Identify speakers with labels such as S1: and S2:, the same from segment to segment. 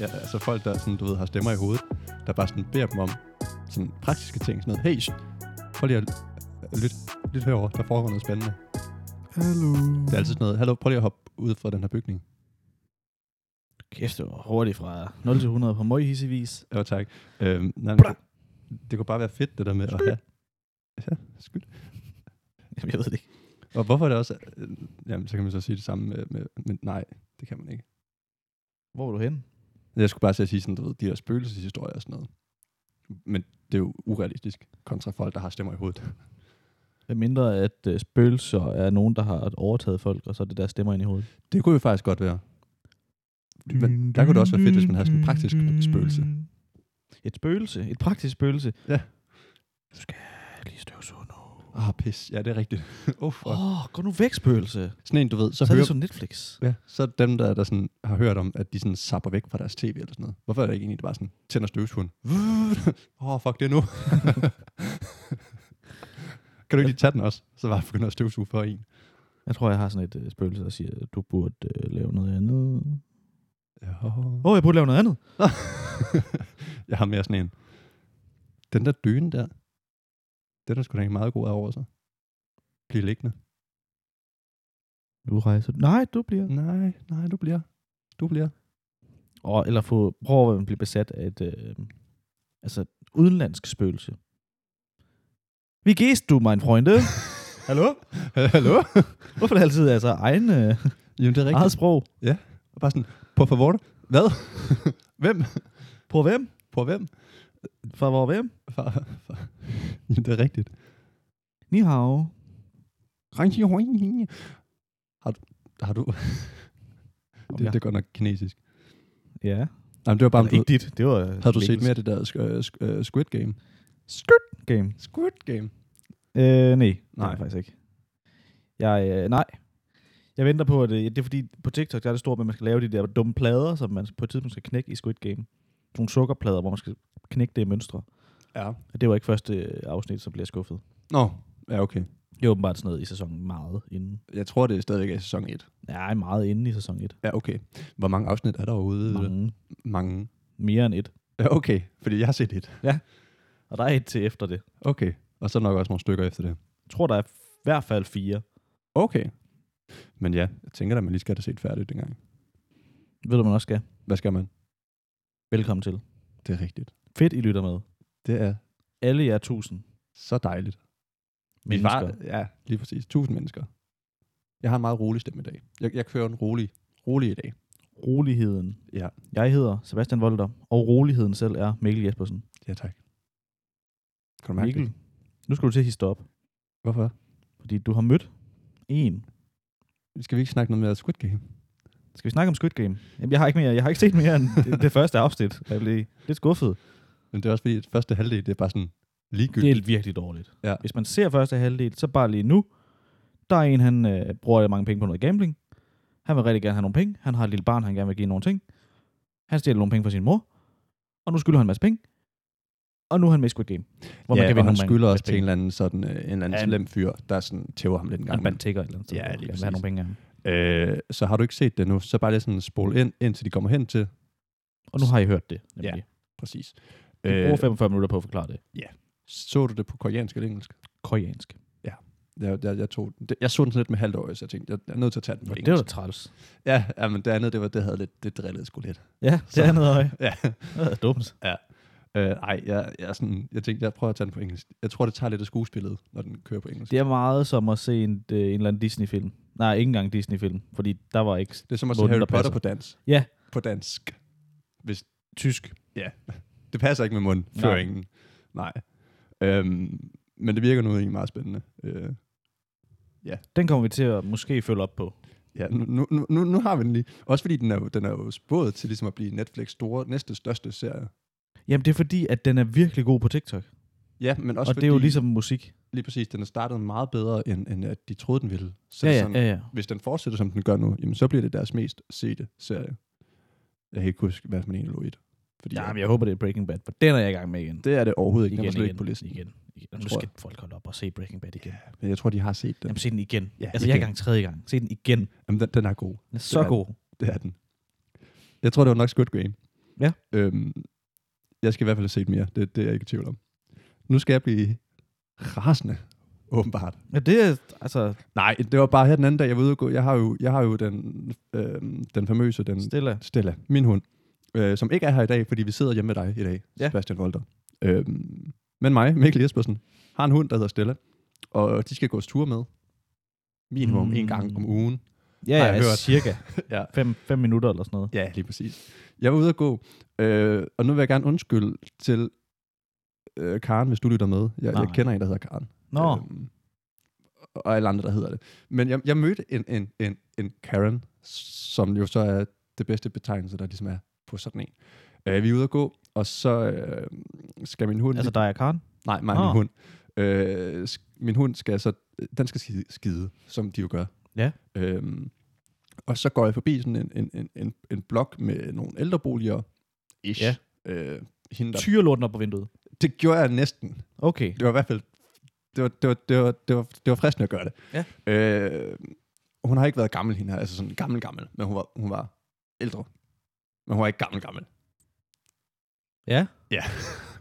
S1: ja, altså folk, der sådan, du ved, har stemmer i hovedet, der bare sådan beder dem om sådan praktiske ting. Sådan noget. Hey, sh- prøv lige at lytte lyt herover, der foregår noget spændende.
S2: Hallo.
S1: Det er altid sådan noget, hallo, prøv lige at hoppe ud fra den her bygning.
S3: Kæft, det var hurtigt fra 0 til 100 på møg hissevis.
S1: Ja, tak. Øhm, nej, men
S3: Bra.
S1: det, det kunne bare være fedt, det der med at have... Ja, skyld.
S3: Jamen, jeg ved det ikke.
S1: Og hvorfor er det også... Øh, jamen, så kan man så sige det samme med, med, med... Nej, det kan man ikke.
S3: Hvor var du henne?
S1: Jeg skulle bare til at sige sådan, du ved, de der spøgelseshistorier og sådan noget. Men det er jo urealistisk kontra folk, der har stemmer i hovedet.
S3: Hvad mindre, at øh, spøgelser er nogen, der har overtaget folk, og så er det der stemmer ind i hovedet.
S1: Det kunne jo faktisk godt være. Men der kunne det også være fedt, hvis man havde sådan en praktisk spøgelse.
S3: Et spøgelse. Et praktisk spøgelse.
S1: Ja.
S3: Du skal lige støvsuge nu.
S1: Ah, pis. Ja, det er rigtigt. oh, fuck. Oh.
S3: Åh, oh, gå nu væk, spøgelse.
S1: Sådan en, du ved, så,
S3: Så, så er
S1: hører...
S3: det sådan Netflix.
S1: Ja, så er det dem, der, der sådan, har hørt om, at de sådan sapper væk fra deres tv eller sådan noget. Hvorfor er det ikke egentlig bare sådan, tænder støvsugeren? Åh, oh, fuck det er nu. kan du ikke lige tage den også? Så bare begynder at støvsuge for en.
S3: Jeg tror, jeg har sådan et øh, spøgelse, der siger, at du burde øh, lave noget andet.
S1: Ja.
S3: Åh, oh, jeg burde lave noget andet.
S1: jeg har mere sådan en. Den der dyne der, den er sgu da ikke meget god af over sig. Blive liggende.
S3: Du rejser. Nej, du bliver.
S1: Nej, nej, du bliver. Du bliver.
S3: Og, eller få, prøv at blive besat af et øh, altså, et udenlandsk spøgelse. Vi gæst du, min freunde. Hallo?
S1: Hallo?
S3: Hvorfor er det altid altså egen, øh,
S1: Jamen, det er rigtigt.
S3: eget sprog?
S1: Og bare sådan, på favor, hvad? hvem?
S3: På hvem?
S1: På hvem?
S3: Fra hvor hvem?
S1: Far, far. Jamen, det er rigtigt.
S3: Ni hao.
S1: Har du... Har du det,
S3: ja.
S1: det er godt nok kinesisk.
S3: Ja.
S1: Nej, men det var bare...
S3: Eller
S1: om Du,
S3: ikke dit, det var...
S1: havde du set mere af det der sk- øh, sk- øh, Squid Game?
S3: Skyt game.
S1: Squid Game?
S3: Øh, nej, nej. Det
S1: Nej.
S3: er faktisk ikke. Jeg, øh, nej. Jeg venter på, at øh, det er fordi, på TikTok der er det stort med, at man skal lave de der dumme plader, som man på et tidspunkt skal knække i Squid Game. Sådan Nogle sukkerplader, hvor man skal knække det i mønstre.
S1: Ja.
S3: Og det var ikke første øh, afsnit, som bliver skuffet.
S1: Nå, ja, okay.
S3: Det er åbenbart sådan noget i sæsonen meget inden.
S1: Jeg tror, det er stadigvæk i sæson 1.
S3: Nej, meget inden i sæson 1.
S1: Ja, okay. Hvor mange afsnit er der overhovedet?
S3: Mange.
S1: Mange.
S3: Mere end et.
S1: Ja, okay. Fordi jeg har set et.
S3: Og der er et til efter det.
S1: Okay. Og så nok også nogle stykker efter det.
S3: Jeg tror, der er i hvert fald fire.
S1: Okay. Men ja, jeg tænker da, man lige skal have det set færdigt dengang.
S3: Ved du, hvad man også skal?
S1: Hvad skal man?
S3: Velkommen til.
S1: Det er rigtigt.
S3: Fedt, I lytter med.
S1: Det er
S3: Alle jer tusind
S1: så dejligt. Min
S3: mennesker.
S1: far, ja, lige præcis. Tusind mennesker. Jeg har en meget rolig stemme i dag. Jeg, jeg kører en rolig, rolig i dag.
S3: Roligheden.
S1: Ja.
S3: Jeg hedder Sebastian Volter, og roligheden selv er Mikkel Jespersen.
S1: Ja, tak. Kan du mærke Mikkel. det?
S3: nu skal du til at hisse dig op,
S1: Hvorfor?
S3: fordi du har mødt en.
S1: Skal vi ikke snakke noget mere Squid Game?
S3: Skal vi snakke om Squid Game? Jamen, jeg har ikke mere. Jeg har ikke set mere end det, det første afsnit. Jeg blev lidt skuffet.
S1: Men det er også fordi, at første halvdel, det er bare sådan
S3: Det
S1: ligegyldigt.
S3: er virkelig dårligt.
S1: Ja.
S3: Hvis man ser første halvdel, så bare lige nu. Der er en, han øh, bruger mange penge på noget gambling. Han vil rigtig gerne have nogle penge. Han har et lille barn, han gerne vil give nogle ting. Han stjæler nogle penge fra sin mor. Og nu skylder han en masse penge. Og nu er han med i Squid Game. Hvor
S1: ja,
S3: man kan
S1: og
S3: vinde
S1: han
S3: nogle
S1: skylder
S3: penge-
S1: også til en
S3: penge.
S1: eller anden, sådan, øh, en eller anden
S3: Ja.
S1: slem fyr, der sådan tæver ham lidt en gang.
S3: Han bandt tigger et eller andet sted.
S1: Ja, lige
S3: og gerne vil
S1: præcis.
S3: have nogle penge af ham.
S1: imellem. øh, så har du ikke set det nu, så bare lige sådan spole ind, indtil de kommer hen til.
S3: Og nu har I hørt det. Nemlig.
S1: Præcis.
S3: Ja. Vi bruger
S1: Øh,
S3: 45 minutter på at forklare det.
S1: så du det på koreansk eller engelsk?
S3: Koreansk.
S1: Jeg, jeg, jeg, tog, det, jeg så den sådan lidt med halvt år, så jeg tænkte, jeg, jeg er nødt til at tage den på
S3: Ja,
S1: engelsk.
S3: det var da træls.
S1: Ja, ja, men det andet, det, var, det havde lidt, det drillede sgu lidt.
S3: Ja, det
S1: Så-
S3: er noget øje.
S1: Ja.
S3: Det er dumt.
S1: Øh, ej, jeg, jeg, er sådan, jeg tænkte, jeg prøver at tage den på engelsk. Jeg tror, det tager lidt af skuespillet, når den kører på engelsk.
S3: Det er meget som at se en, øh, en eller anden Disney-film. Nej, ikke engang Disney-film, fordi der var ikke
S1: Det er som at se
S3: Måden,
S1: Harry
S3: der
S1: Potter
S3: passer.
S1: på dans.
S3: Ja.
S1: På dansk. Hvis,
S3: tysk.
S1: det passer ikke med mundføringen. Nej. Nej. Øhm, men det virker nu egentlig meget spændende. Øh,
S3: Den kommer vi til at måske følge op på.
S1: ja, nu, nu, nu- nu, nu, har vi den lige. Også fordi den er, jo, den er jo spået til ligesom at blive Netflix store, næste største serie.
S3: Jamen, det er fordi, at den er virkelig god på TikTok. Også
S1: Ja, men også
S3: og
S1: fordi,
S3: det er jo ligesom musik.
S1: lige præcis, den er startet meget bedre, end, end at de troede, den ville. Så
S3: Ja,
S1: det er
S3: ja, ja, ja.
S1: hvis den fortsætter, som den gør nu, jamen, så bliver det deres mest sete serie. Jeg kan ikke huske, hvad man egentlig lå i det. Fordi
S3: ja.
S1: ja,
S3: men jeg håber, det er Breaking Bad, for den er jeg i gang med igen.
S1: det er det overhovedet ikke.
S3: igen,
S1: Den var slet
S3: igen,
S1: ikke på listen.
S3: igen, igen. Nu
S1: Tror
S3: skal folk holde op og se Breaking Bad igen. Ja,
S1: Men jeg tror, de har set den.
S3: Jamen, se den igen.
S1: Ja,
S3: Ja, altså, jeg er i
S1: igen.
S3: gang tredje gang. Se den igen.
S1: Jamen, den, den er god.
S3: Den er så
S1: Det er-
S3: god.
S1: Det er den. Jeg tror, det var nok Squid Game.
S3: Ja.
S1: Øhm, jeg skal i hvert fald have set mere. Det, det er jeg ikke i tvivl om. Nu skal jeg blive rasende, åbenbart.
S3: Ja, det er, altså,
S1: Nej, det var bare her den anden dag, jeg var ude at gå. Jeg har jo, jeg har jo den, øh, den famøse, den
S3: stille.
S1: Stella, min hund, øh, som ikke er her i dag, fordi vi sidder hjemme med dig i dag,
S3: Ja.
S1: ja. Sebastian Volter. Øh, men mig, Mikkel Jespersen, har en hund, der hedder Stella, og de skal gås tur med. Minimum mm. en gang om ugen.
S3: Ja,
S1: Har
S3: ja,
S1: jeg
S3: altså,
S1: hørt.
S3: cirka
S1: Ja.
S3: 5 minutter eller sådan noget.
S1: Ja, lige præcis. Jeg var ude at gå, øh, og nu vil jeg gerne undskylde til øh, Karen, hvis du lytter med. Jeg,
S3: Nej.
S1: jeg kender en, der hedder Karen.
S3: Nå,
S1: Øhm, og alle andre, der hedder det. Men jeg, jeg mødte en, en, en, en Karen, som jo så er det bedste betegnelse, der ligesom er på sådan en. Øh, vi er ude at gå, og så øh, skal min hund...
S3: altså dig og Karen.
S1: nej, mig og
S3: Nå.
S1: min hund. Øh, sk- min hund skal så... Den skal skide, skide som de jo gør.
S3: Ja.
S1: Øhm, og så går jeg forbi sådan en, en, en, en, en blok med nogle ældreboliger. Ish.
S3: Ja.
S1: Øh, hende, der,
S3: Tyrer lorten op på vinduet.
S1: det gjorde jeg næsten.
S3: Okay.
S1: Det var i hvert fald... Det var, det var, det var, det var, det var fristende at gøre det.
S3: Ja.
S1: Øh, hun har ikke været gammel, hende her. Altså sådan gammel, gammel. Men hun var, hun var ældre. Men hun var ikke gammel, gammel.
S3: Ja.
S1: Ja.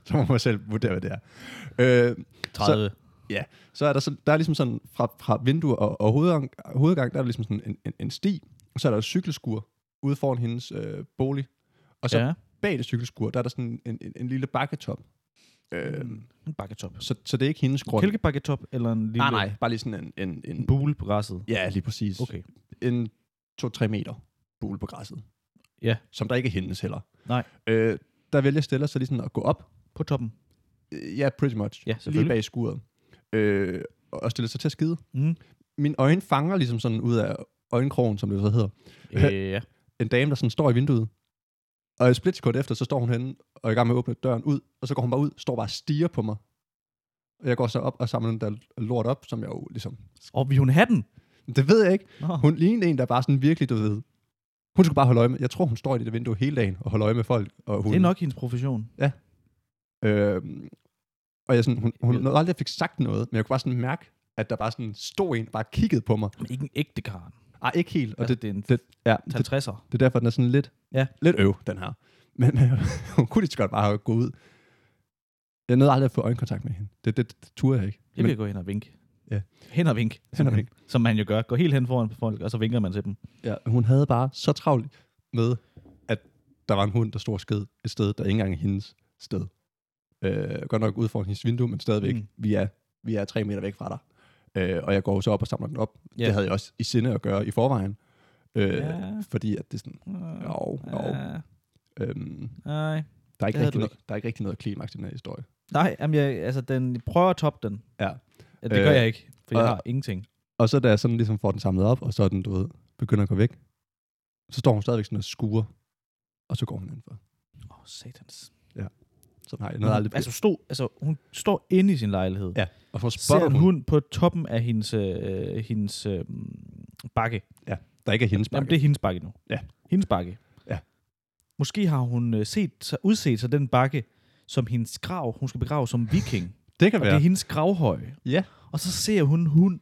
S1: så må man selv vurdere, hvad det er. Øh,
S3: 30. Så,
S1: så er der, sådan, der er ligesom sådan, fra, fra vinduer og, og hovedgang, hovedgang, der er der ligesom sådan en, en, en sti, og så er der et cykelskur ude foran hendes øh, bolig. Og så ja.
S3: ja.
S1: bag det cykelskur, der er der sådan en, en, en lille bakketop. Øh,
S3: En bakketop.
S1: så, så det er ikke hendes grund.
S3: Kælkebakketop eller en lille
S1: Nej, nej, bare lige sådan en... en, en
S3: en bule på græsset.
S1: Ja, lige præcis.
S3: Okay.
S1: En 2-3 meter bule på græsset.
S3: Ja.
S1: Som der ikke er hendes heller.
S3: Nej.
S1: Øh, der vælger Stella så lige sådan at gå op.
S3: På toppen.
S1: Øh, Ja, pretty much.
S3: Ja,
S1: lige
S3: selvfølgelig.
S1: bag skuret. Øh, og stiller sig til at skide.
S3: Mm.
S1: Min øjne fanger ligesom sådan ud af øjenkrogen, som det så hedder.
S3: Øh, ja.
S1: En dame, der sådan står i vinduet. Og et splitsekund efter, så står hun henne og er i gang med at åbne døren ud. Og så går hun bare ud, står bare og stiger på mig. Og jeg går så op og samler den der lort op, som jeg jo ligesom...
S3: Og vi hun hatten.
S1: Det ved jeg ikke.
S3: Nå.
S1: Hun lignede en, der bare sådan virkelig, du ved... Hun skulle bare holde øje med... Jeg tror, hun står i det der vindue hele dagen og holder øje med folk. Og hun,
S3: Det er nok hendes profession.
S1: Øh, og jeg sådan, hun, hun nåede aldrig, at jeg fik sagt noget, men jeg kunne bare sådan mærke, at der bare sådan stod en, der bare kiggede på mig.
S3: Men ikke en ægte Karen.
S1: Ej, ikke helt. Og
S3: Altså,
S1: det,
S3: det er en
S1: det, ja, det,
S3: 50'er.
S1: det er derfor, den er sådan lidt,
S3: Ja.
S1: lidt øv, den her. Men øh, hun kunne lige så godt bare have gået ud. Jeg nåede aldrig at få øjenkontakt med hende. Det, det, det turde jeg ikke.
S3: Det vil jeg gå hen og vinke.
S1: Ja.
S3: Hen og vink. som
S1: og
S3: man-
S1: vink.
S3: Som man jo gør. Gå helt hen foran folk, og så vinker man til dem.
S1: Ja, hun havde bare så travlt med, at der var en hund, der stod og sked et sted, der ikke engang er hendes sted. Øh, godt nok ud foran hendes vindue, men stadigvæk,
S3: Mm.
S1: mm. vi, er, vi er tre meter væk fra dig. Øh, og jeg går jo så op og samler den op.
S3: Ja.
S1: Ja. Det havde jeg også i sinde at gøre i forvejen. Øh,
S3: Ja.
S1: ja. Fordi at det er sådan,
S3: Ja.
S1: jo, jo. Øhm,
S3: Nej.
S1: der, er ikke
S3: havde
S1: rigtig
S3: du
S1: noget, der er ikke rigtig noget klimaks i den her historie.
S3: Nej, jamen jeg, altså den, jeg prøver at toppe den.
S1: Ja.
S3: ja det gør
S1: Øh,
S3: jeg ikke, for jeg
S1: og-
S3: har ingenting.
S1: Og så da jeg sådan ligesom får den samlet op, og så er den, du ved, begynder at gå væk, så står hun stadigvæk sådan og skuer, og så går hun indenfor.
S3: Åh, oh, satans.
S1: Sådan har jeg noget aldrig
S3: altså, stod, altså, hun står inde i sin lejlighed.
S1: Ja, og så
S3: Ser
S1: spotter
S3: en
S1: hun,
S3: hund på toppen af hendes, øh, hendes øh, bakke.
S1: der ikke er hendes
S3: Jamen,
S1: bakke.
S3: det er hendes bakke nu.
S1: Ja.
S3: Hendes bakke.
S1: Ja.
S3: Måske har hun øh, set, sig- udset sig den bakke, som hendes grav, hun skal begrave som viking.
S1: Det kan
S3: og det er hendes gravhøj.
S1: Ja.
S3: Og så ser hun en hund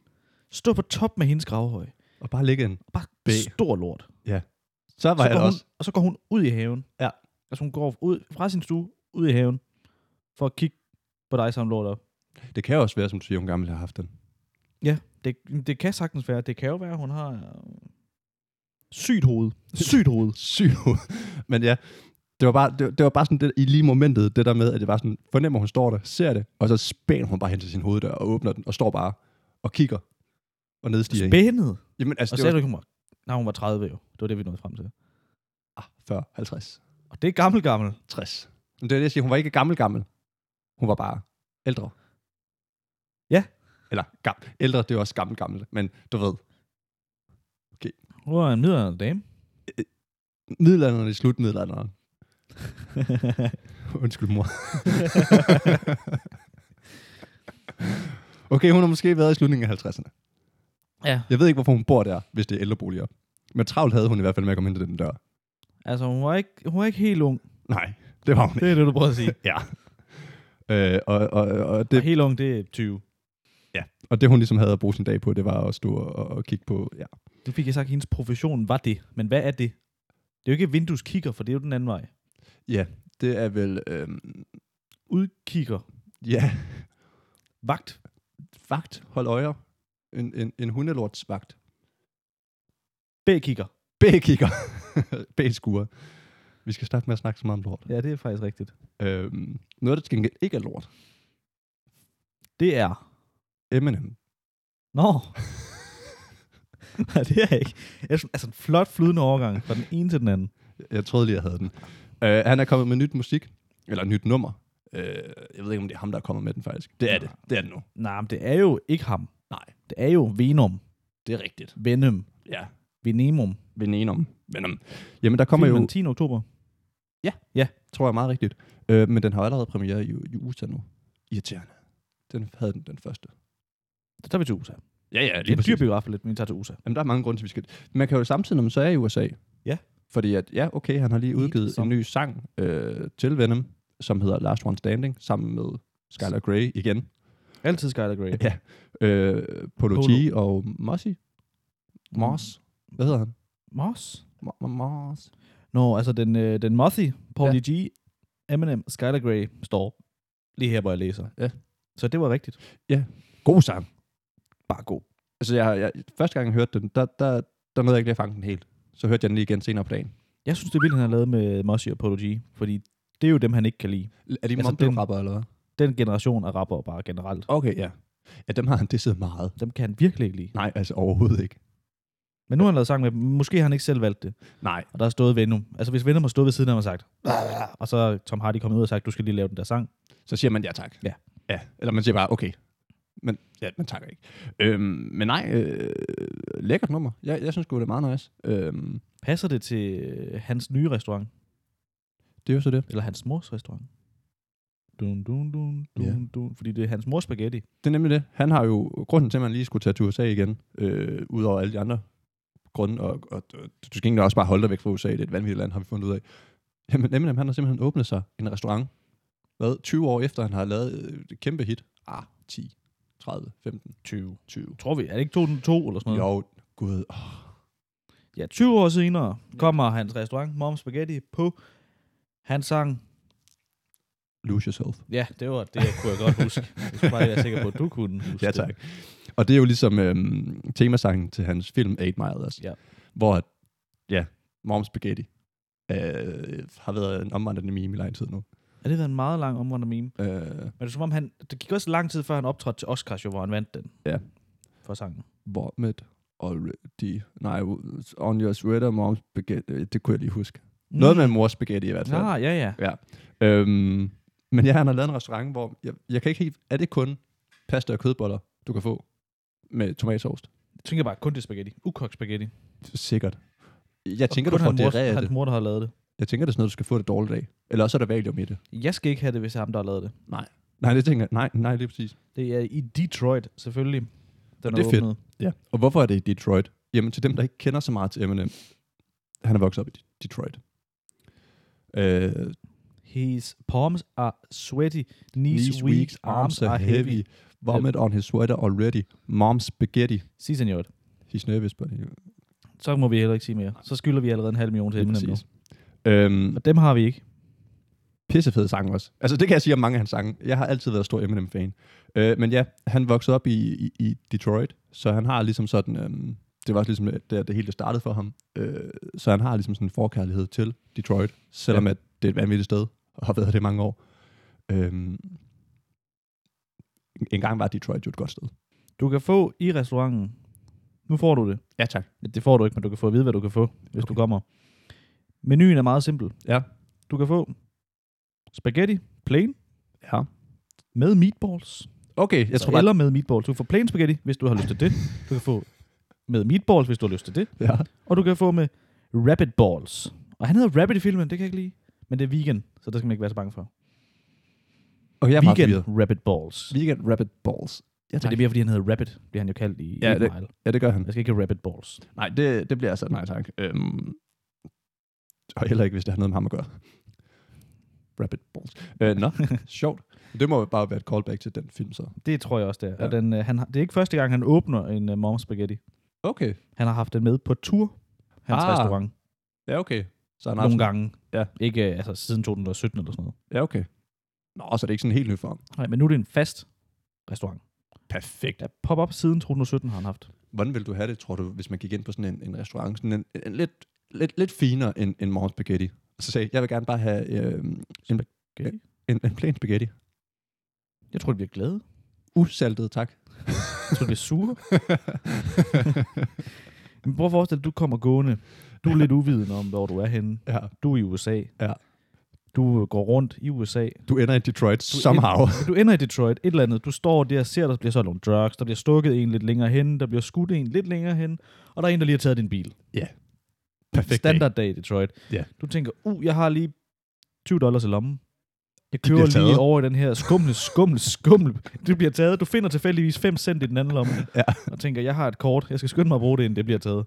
S3: stå på toppen af hendes gravhøj.
S1: Og bare ligge ind.
S3: Bare
S1: Bæ.
S3: stor lort.
S1: Så var
S3: så
S1: jeg
S3: går
S1: der
S3: hun,
S1: også.
S3: Og så går hun ud i haven.
S1: Ja.
S3: Altså hun går ud fra sin stue, ud i haven, for at kigge på dig som lort op.
S1: Det kan jo også være, som du siger, hun gammel har haft den.
S3: Ja, det, det kan sagtens være. Det kan jo være, hun har øh, sygt hoved. Sygt hoved.
S1: Syg Men ja, det var, bare, det, det var bare sådan det, i lige momentet, det der med, at det var sådan, fornemmer hun står der, ser det, og så spænder hun bare hen til sin hoveddør og åbner den, og står bare og kigger og nedstiger. Spæ-
S3: Spændet.
S1: Jamen altså,
S3: Og
S1: det
S3: sagde
S1: var
S3: du ikke, hun var... Nej, hun var 30 jo. Det var det, vi nåede frem til.
S1: ah, 40, 50,
S3: Og det er gammel, gammel.
S1: 60. Men det er det, jeg siger, hun var ikke gammel gammel. Hun var bare ældre.
S3: Ja.
S1: Eller gam- ældre, det er jo også gammel gammel, men du ved,
S3: Hun var en middelalderen dame.
S1: middelalderen i slutmiddelalderen. Undskyld, mor. okay, hun har måske været i slutningen af 50'erne.
S3: ja,
S1: Jeg ved ikke, hvorfor hun bor der, hvis det er ældreboliger. Men travlt havde hun i hvert fald med at komme ind til den dør.
S3: altså hun var ikke, hun var ikke helt ung.
S1: Nej, det var hun ikke.
S3: Det er det, du prøver at sige.
S1: Ja. Øh, og, og, og,
S3: Det...
S1: det,
S3: Helt ung, det er 20.
S1: og det, hun ligesom havde at bruge sin dag på, det var at stå og, og kigge på... Ja.
S3: Du fik jeg sagt, at hendes profession var det. Men hvad er det? Det er jo ikke vindueskigger, for det er jo den anden vej.
S1: Ja, det er vel... Øhm,
S3: Udkigger.
S1: ja,
S3: Vagt.
S1: vagt. Hold øjer. En, en, en hundelorts vagt.
S3: Bækigger.
S1: B-kigger. B-skuer. Vi skal starte med at snakke så meget om lort.
S3: Ja, det er faktisk rigtigt.
S1: Øhm, noget, der til gengæld ikke er lort.
S3: Det er...
S1: M&M.
S3: Nå. Nej, det er jeg ikke. Jeg synes, altså en flot flydende overgang fra den ene til den anden.
S1: Jeg troede lige, jeg havde den. Øh, han er kommet med nyt musik. Eller nyt nummer. Øh, jeg ved ikke, om det er ham, der er kommet med den faktisk. Det er det. Det er det nu.
S3: Nej, men det er jo ikke ham.
S1: Nej.
S3: Det er jo Venom,
S1: Det er rigtigt.
S3: Venom,
S1: Ja.
S3: Venemum.
S1: Venenom. Venom. Jamen, der kommer
S3: Filmen
S1: jo,
S3: 10. oktober.
S1: tror jeg, meget rigtigt. Øh, men den har allerede premiere i, i USA nu. Irriterende. Den havde den, den første.
S3: Så tager vi til USA. Det
S1: Ja, ja,
S3: er en dyr biograf for lidt, men vi tager til USA.
S1: Jamen, der er mange grunde til, vi skal... Man kan jo samtidig, når man så er i USA...
S3: Ja.
S1: Fordi at, ja, okay, han har lige
S3: Eat
S1: udgivet en
S3: some.
S1: ny sang øh, til Venom, som hedder Last One Standing, sammen med Skylar Grey igen.
S3: Altid Skyler Grey.
S1: Ja. Øh, Polo
S3: Polo.
S1: G og Mossy. Moss. Hvad hedder han?
S3: Moss?
S1: Mo- Mo- Moss.
S3: Nå, altså den, øh, den Mossy, Paul
S1: Ja.
S3: ja. G, Eminem, Skyler Grey står lige her, hvor jeg læser.
S1: Ja.
S3: Så det var rigtigt.
S1: God sang.
S3: Bare god.
S1: Altså, jeg, jeg, første gang jeg hørte den, der, der, der nåede jeg ikke lige at fange den helt. Så hørte jeg den lige igen senere på dagen.
S3: Jeg synes, det er vildt, han har lavet med Mossy og Polo G, fordi det er jo dem, han ikke kan lide.
S1: Er de
S3: Altså,
S1: altså,
S3: den-
S1: rapper eller hvad?
S3: Den generation af rapper bare generelt,
S1: Okay, ja. Ja, dem har han disset meget.
S3: dem kan han virkelig ikke lide.
S1: Nej, altså overhovedet ikke.
S3: Men nu har han lavet sang med dem. Måske har han ikke selv valgt det.
S1: Nej.
S3: Og der er stået Venom. Altså hvis Venom har stået ved siden af mig og sagt, og så er Tom Hardy kommet ud og sagt, du skal lige lave den der sang.
S1: så siger man ja tak.
S3: Ja.
S1: ja. Eller man siger bare, okay. Men ja, man takker ikke. Øhm, men nej, øh, lækkert nummer. Jeg, jeg synes sgu, det er meget nice. Øhm,
S3: Passer det til øh, hans nye restaurant?
S1: det er jo så det.
S3: Eller hans mors restaurant? Dun, dun, dun, dun,
S1: Ja.
S3: dun. Fordi det er hans mors spaghetti.
S1: Det er nemlig det. Han har jo grunden til, at man lige skulle tage til USA igen, øh, udover alle de andre grunde, og, og, og du skal egentlig også bare holde dig væk fra USA, det er et vanvittigt land, har vi fundet ud af. Jamen, Eminem, han har simpelthen åbnet sig en restaurant, hvad, 20 år efter, han har lavet øh, et kæmpe hit. Ah, 10, 30, 15,
S3: 20.
S1: 20.
S3: Tror vi, er det ikke 2002 eller sådan noget?
S1: Jo, gud, åh,
S3: Ja, 20 år senere kommer hans restaurant, Mom Spaghetti, på hans sang.
S1: lose yourself.
S3: Ja, det var det, jeg kunne jeg godt huske. Jeg skulle bare være sikker på, at du kunne huske
S1: Ja,
S3: det.
S1: tak. Og det er jo ligesom øhm, temasangen til hans film 8 Mile også,
S3: Ja.
S1: hvor at, ja, Mom Spaghetti øh, har været en omvandrende meme i lang tid nu.
S3: Ja, det var en meget lang omvandret meme.
S1: Øh,
S3: Men det, er, som om han, det gik også lang tid, før han optrådte til Oscars, jo, hvor han vandt den.
S1: Ja.
S3: For sangen.
S1: vomit already. Nej, on your sweater, Mom Spaghetti. Øh, Det kunne jeg lige huske.
S3: Mm.
S1: Noget med mors spaghetti i hvert fald.
S3: Ja, ja, ja.
S1: Øhm, men ja, han har lavet en restaurant, hvor jeg, jeg kan ikke helt... Er det kun pasta og kødboller, du kan få med tomatsovs?
S3: Jeg tænker bare kun til spaghetti. Ukogt spaghetti.
S1: Sikkert. Jeg tænker,
S3: Og
S1: du
S3: kun
S1: får
S3: hans mor,
S1: det af
S3: Hans
S1: det.
S3: mor, der har lavet det.
S1: Jeg tænker, det er sådan noget, du skal få det dårligt af. Eller også er der valium i det.
S3: Jeg skal ikke have det, hvis det er ham, der har lavet det.
S1: Nej, det tænker jeg. Nej, nej, lige præcis.
S3: Det er i Detroit, selvfølgelig. Den
S1: det er fedt.
S3: åbnet.
S1: Ja. Og hvorfor er det i Detroit? Jamen til dem, der ikke kender så meget til Eminem. Han er vokset op i De- Detroit. Øh,
S3: His palms are sweaty. Knees,
S1: knees weak, arms are heavy. Vomit on his sweater already. Mom spaghetti.
S3: Sig senor.
S1: He's nervous, but... he-
S3: Så må vi heller ikke sige mere. Så skylder vi allerede en halv million til
S1: Lige
S3: Eminem nu.
S1: præcis. Øhm,
S3: Og dem har vi ikke.
S1: pissefed sang også. Altså det kan jeg sige om mange af hans sange. Jeg har altid været stor Eminem-fan. Øh, men ja, han voksede op i, i, i Detroit, så han har ligesom sådan... Øhm, det var også ligesom der, det hele startede for ham. Øh, så han har ligesom sådan en forkærlighed til Detroit, selvom ja.
S3: Ja.
S1: at det er et vanvittigt sted, og har været det i mange år. Øhm, en gang var Detroit jo et godt sted.
S3: Du kan få i restauranten. Nu får du det.
S1: Ja tak.
S3: Det får du ikke, men du kan få at vide, hvad du kan få, hvis okay.
S1: Okay.
S3: du kommer. Menuen er meget simpel.
S1: Ja.
S3: Du kan få spaghetti, plain,
S1: Ja.
S3: med meatballs.
S1: Okay, jeg
S3: Jeg
S1: tror
S3: tror
S1: bare...
S3: eller med meatballs. Du kan få plain spaghetti, hvis du har lyst til det. Du kan få med meatballs, hvis du har lyst til det.
S1: Ja.
S3: Og du kan få med rabbit balls. Og han hedder rabbit i filmen, det kan jeg ikke lide. Men det er vegan, så der skal man ikke være så bange for.
S1: Og jeg er meget forvirret.
S3: vegan rabbit balls.
S1: Weekend Rabbit Balls. Ja,
S3: Men det er mere, fordi han hedder rabbit, bliver han jo kaldt i
S1: Ja,
S3: ja, det. Mile.
S1: ja, det gør han.
S3: Jeg skal ikke have rabbit balls.
S1: Nej, det, det bliver altså et nej tak. Øhm, og heller ikke, hvis det har noget med ham at gøre. Rabbit balls. Øh, nå, sjovt. Det må jo bare være et callback til den film så.
S3: Det tror jeg også, det er. Ja. Og
S1: Ja.
S3: den, øh, han, har- det er ikke første gang, han åbner en uh, mom spaghetti.
S1: Okay.
S3: Han har haft den med på tur, hans
S1: Ah.
S3: ah. restaurant.
S1: Ja, okay. Så han har
S3: Nogle
S1: sådan-
S3: gange.
S1: Ja.
S3: Ikke øh, altså, siden 2017 eller sådan noget.
S1: Ja, okay. Nå, så er det ikke sådan helt nyt for ham.
S3: Nej, men nu er det en fast restaurant.
S1: Perfekt.
S3: Der pop-up siden 2017 har han haft.
S1: Hvordan ville du have det, tror du, hvis man gik ind på sådan en, en restaurant, sådan en, en, en lidt, lidt, lidt finere end, end morgens spaghetti? Og så sagde jeg, jeg vil gerne bare have øh, en,
S3: Spaghetti?
S1: en, en plain spaghetti.
S3: Jeg tror, de bliver glade.
S1: Usaltet, tak.
S3: Jeg tror, de bliver sure. Men prøv at forestille dig, du kommer gående. Du er lidt uviden om, hvor du er henne.
S1: ja,
S3: Du er i USA.
S1: Ja.
S3: Du går rundt i USA.
S1: du ender i Detroit somehow.
S3: Du ender i Detroit, et eller andet. Du står der og ser, der bliver så nogle drugs. Der bliver stukket en lidt længere hen. Der bliver skudt en lidt længere hen. Og der er en, der lige har taget din bil.
S1: Perfekt.
S3: Standard dag i Detroit.
S1: Ja.
S3: Du tænker, uh, jeg har lige 20 dollars i lommen. Jeg
S1: De bliver
S3: kører lige
S1: taget.
S3: over i den her skumle, skumle, skumle. Det bliver taget. Du finder tilfældigvis 5 cent i den anden lomme.
S1: Ja.
S3: Og tænker, jeg har et kort. Jeg skal skynde mig at bruge det, inden det bliver taget.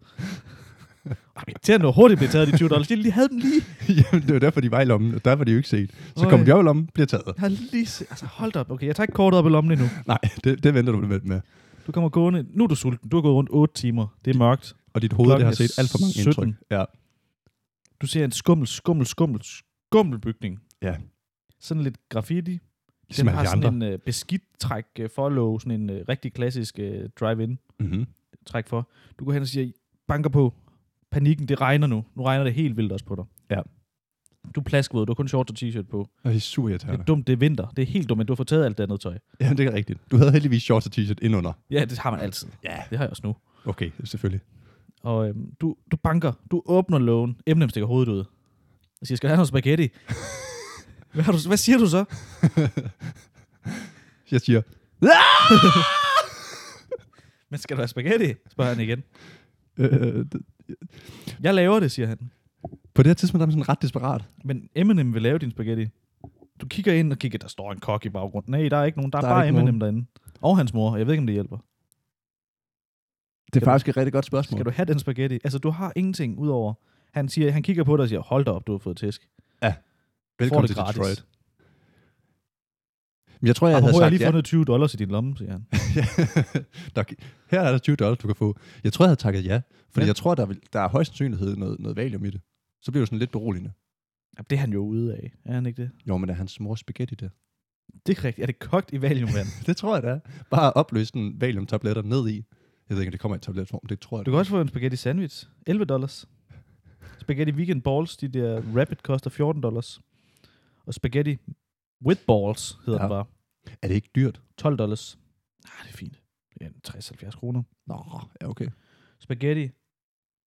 S3: Og til at nå hurtigt bliver taget de 20 dollars. Jeg lige havde dem lige.
S1: Jamen, det var derfor, de var i lommen, og der var de jo ikke set. Så kommer
S3: Øj.
S1: de over i lommen, bliver taget.
S3: Jeg har lige... se- Altså, hold da op. Okay, jeg tager ikke kortet op i lommen endnu.
S1: Nej, det, det venter du vel med.
S3: Du kommer gående. Nu er du sulten. Du har gået rundt 8 timer. Det er mørkt.
S1: Og dit hoved, det
S3: Klokken
S1: har
S3: er
S1: set alt for mange
S3: 17.
S1: indtryk. Ja.
S3: Du ser en skummel, skummel, skummel, skummel bygning.
S1: Ja.
S3: Sådan lidt graffiti.
S1: Ligesom
S3: den har
S1: alle de andre.
S3: sådan en øh, beskidt træk øh, for at love, sådan en øh, rigtig klassisk øh, drive-in
S1: Mm-hmm.
S3: træk for. Du går hen og siger, banker på, panikken, det regner nu. Nu regner det helt vildt også på dig.
S1: Ja.
S3: Du er plaskvåd, du har kun shorts og t-shirt på.
S1: Og det er sur
S3: Ja. Det er
S1: irriterende.
S3: dumt, det er vinter. Det er helt dumt, men du har fået taget alt det andet tøj.
S1: Jamen, det er rigtigt. Du havde heldigvis shorts og t-shirt indenunder.
S3: Ja, det har man altid.
S1: Ja.
S3: Det har jeg også nu.
S1: Okay, selvfølgelig.
S3: Og øhm, du, du banker, du åbner lågen, M&M stikker hovedet ud. Jeg siger, skal jeg have noget spaghetti? hvad, har du, hvad siger du så?
S1: Jeg siger,
S3: Men skal du have spaghetti? Spørger han igen.
S1: øh, d-
S3: Jeg laver det, siger han.
S1: på det her tidspunkt er man sådan ret desperat.
S3: Men Eminem vil lave din spaghetti. Du kigger ind og kigger, der står en kok i baggrunden. Nej, der er ikke nogen. Der er,
S1: Der
S3: der
S1: er
S3: bare
S1: ikke
S3: Eminem
S1: nogen.
S3: derinde. Og hans mor. Jeg ved ikke, om det hjælper.
S1: Det er
S3: Skal du-
S1: faktisk et rigtig godt spørgsmål.
S3: Skal du have den spaghetti? Altså, du har ingenting udover... Han, siger, han kigger på dig og siger, hold da op, du har fået tæsk. Får
S1: Velkommen
S3: det
S1: til Detroit. Men jeg tror, jeg
S3: Jeg
S1: havde
S3: har
S1: sagt
S3: lige
S1: ja.
S3: fundet 20 dollars i din lomme, siger han.
S1: der, her er der 20 dollars, du kan få. Jeg tror, jeg havde takket ja. Fordi
S3: Ja.
S1: ja. jeg tror, der, vil, der er højst sandsynlighed noget, noget valium i det. Så bliver det sådan lidt beroligende.
S3: Jamen, det er han jo ude af. Er han ikke det?
S1: Jo, men er hans mors spaghetti der?
S3: Det er rigtigt. Er det kogt i valiumvand?
S1: Det tror jeg, det er. Bare opløse den valiumtabletter ned i. Jeg ved ikke, om det kommer i tabletform. Det tror jeg.
S3: Du kan også få en spaghetti sandwich. 11 dollars. Spaghetti weekend balls, de der rapid, koster 14 dollars. Og spaghetti with balls hedder
S1: Ja.
S3: ja. den bare.
S1: Er det ikke dyrt?
S3: 12 dollars. Nej, Ah, det er fint. Det er 60-70 kroner.
S1: Nå, ja, okay.
S3: Spaghetti.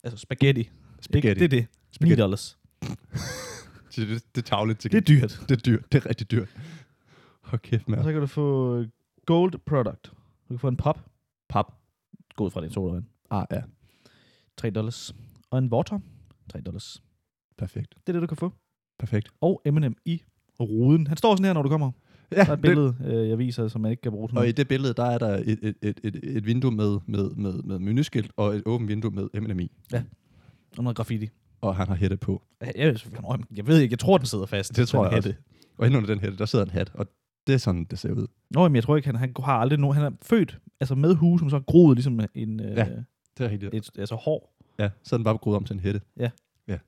S3: Altså spaghetti.
S1: Spaghetti.
S3: Det, det er det. 9
S1: Spaghetti.
S3: dollars.
S1: Det, det, det er tavligt til.
S3: Det er dyrt.
S1: det er dyrt. Det er rigtig dyrt. Hold kæft,
S3: Og
S1: mand.
S3: så kan du få øh, gold product. Du kan få en pop.
S1: Pap.
S3: God fra din sodavand.
S1: Ah, ja.
S3: 3 dollars. Og en water. 3 dollars.
S1: Perfekt.
S3: Det er det, du kan få.
S1: Perfekt.
S3: Og M&M i ruden. Han står sådan her, når du kommer.
S1: Ja,
S3: Der er et
S1: det-
S3: billede, øh, jeg viser, som man ikke kan bruge. til
S1: Og
S3: noget.
S1: i det billede, der er der et, et, et, et, et vindue med, med, med, med menuskilt og et åbent vindue med M&M'i.
S3: Og noget graffiti.
S1: Og han har hætte på.
S3: Jeg, jeg, jeg ved ikke, jeg tror, den sidder fast.
S1: Det tror
S3: den
S1: jeg også. Og inde under den hætte, der sidder en hat. Og det er sådan, det ser ud.
S3: Nå, jamen, jeg tror ikke, han, han har aldrig nogen. Han er født altså med hue, som så er groet ligesom en, øh,
S1: Ja.
S3: ja.
S1: Det er rigtigt.
S3: et, altså hår.
S1: Ja, så er den bare groet om til en hætte.
S3: Ja.
S1: Ja.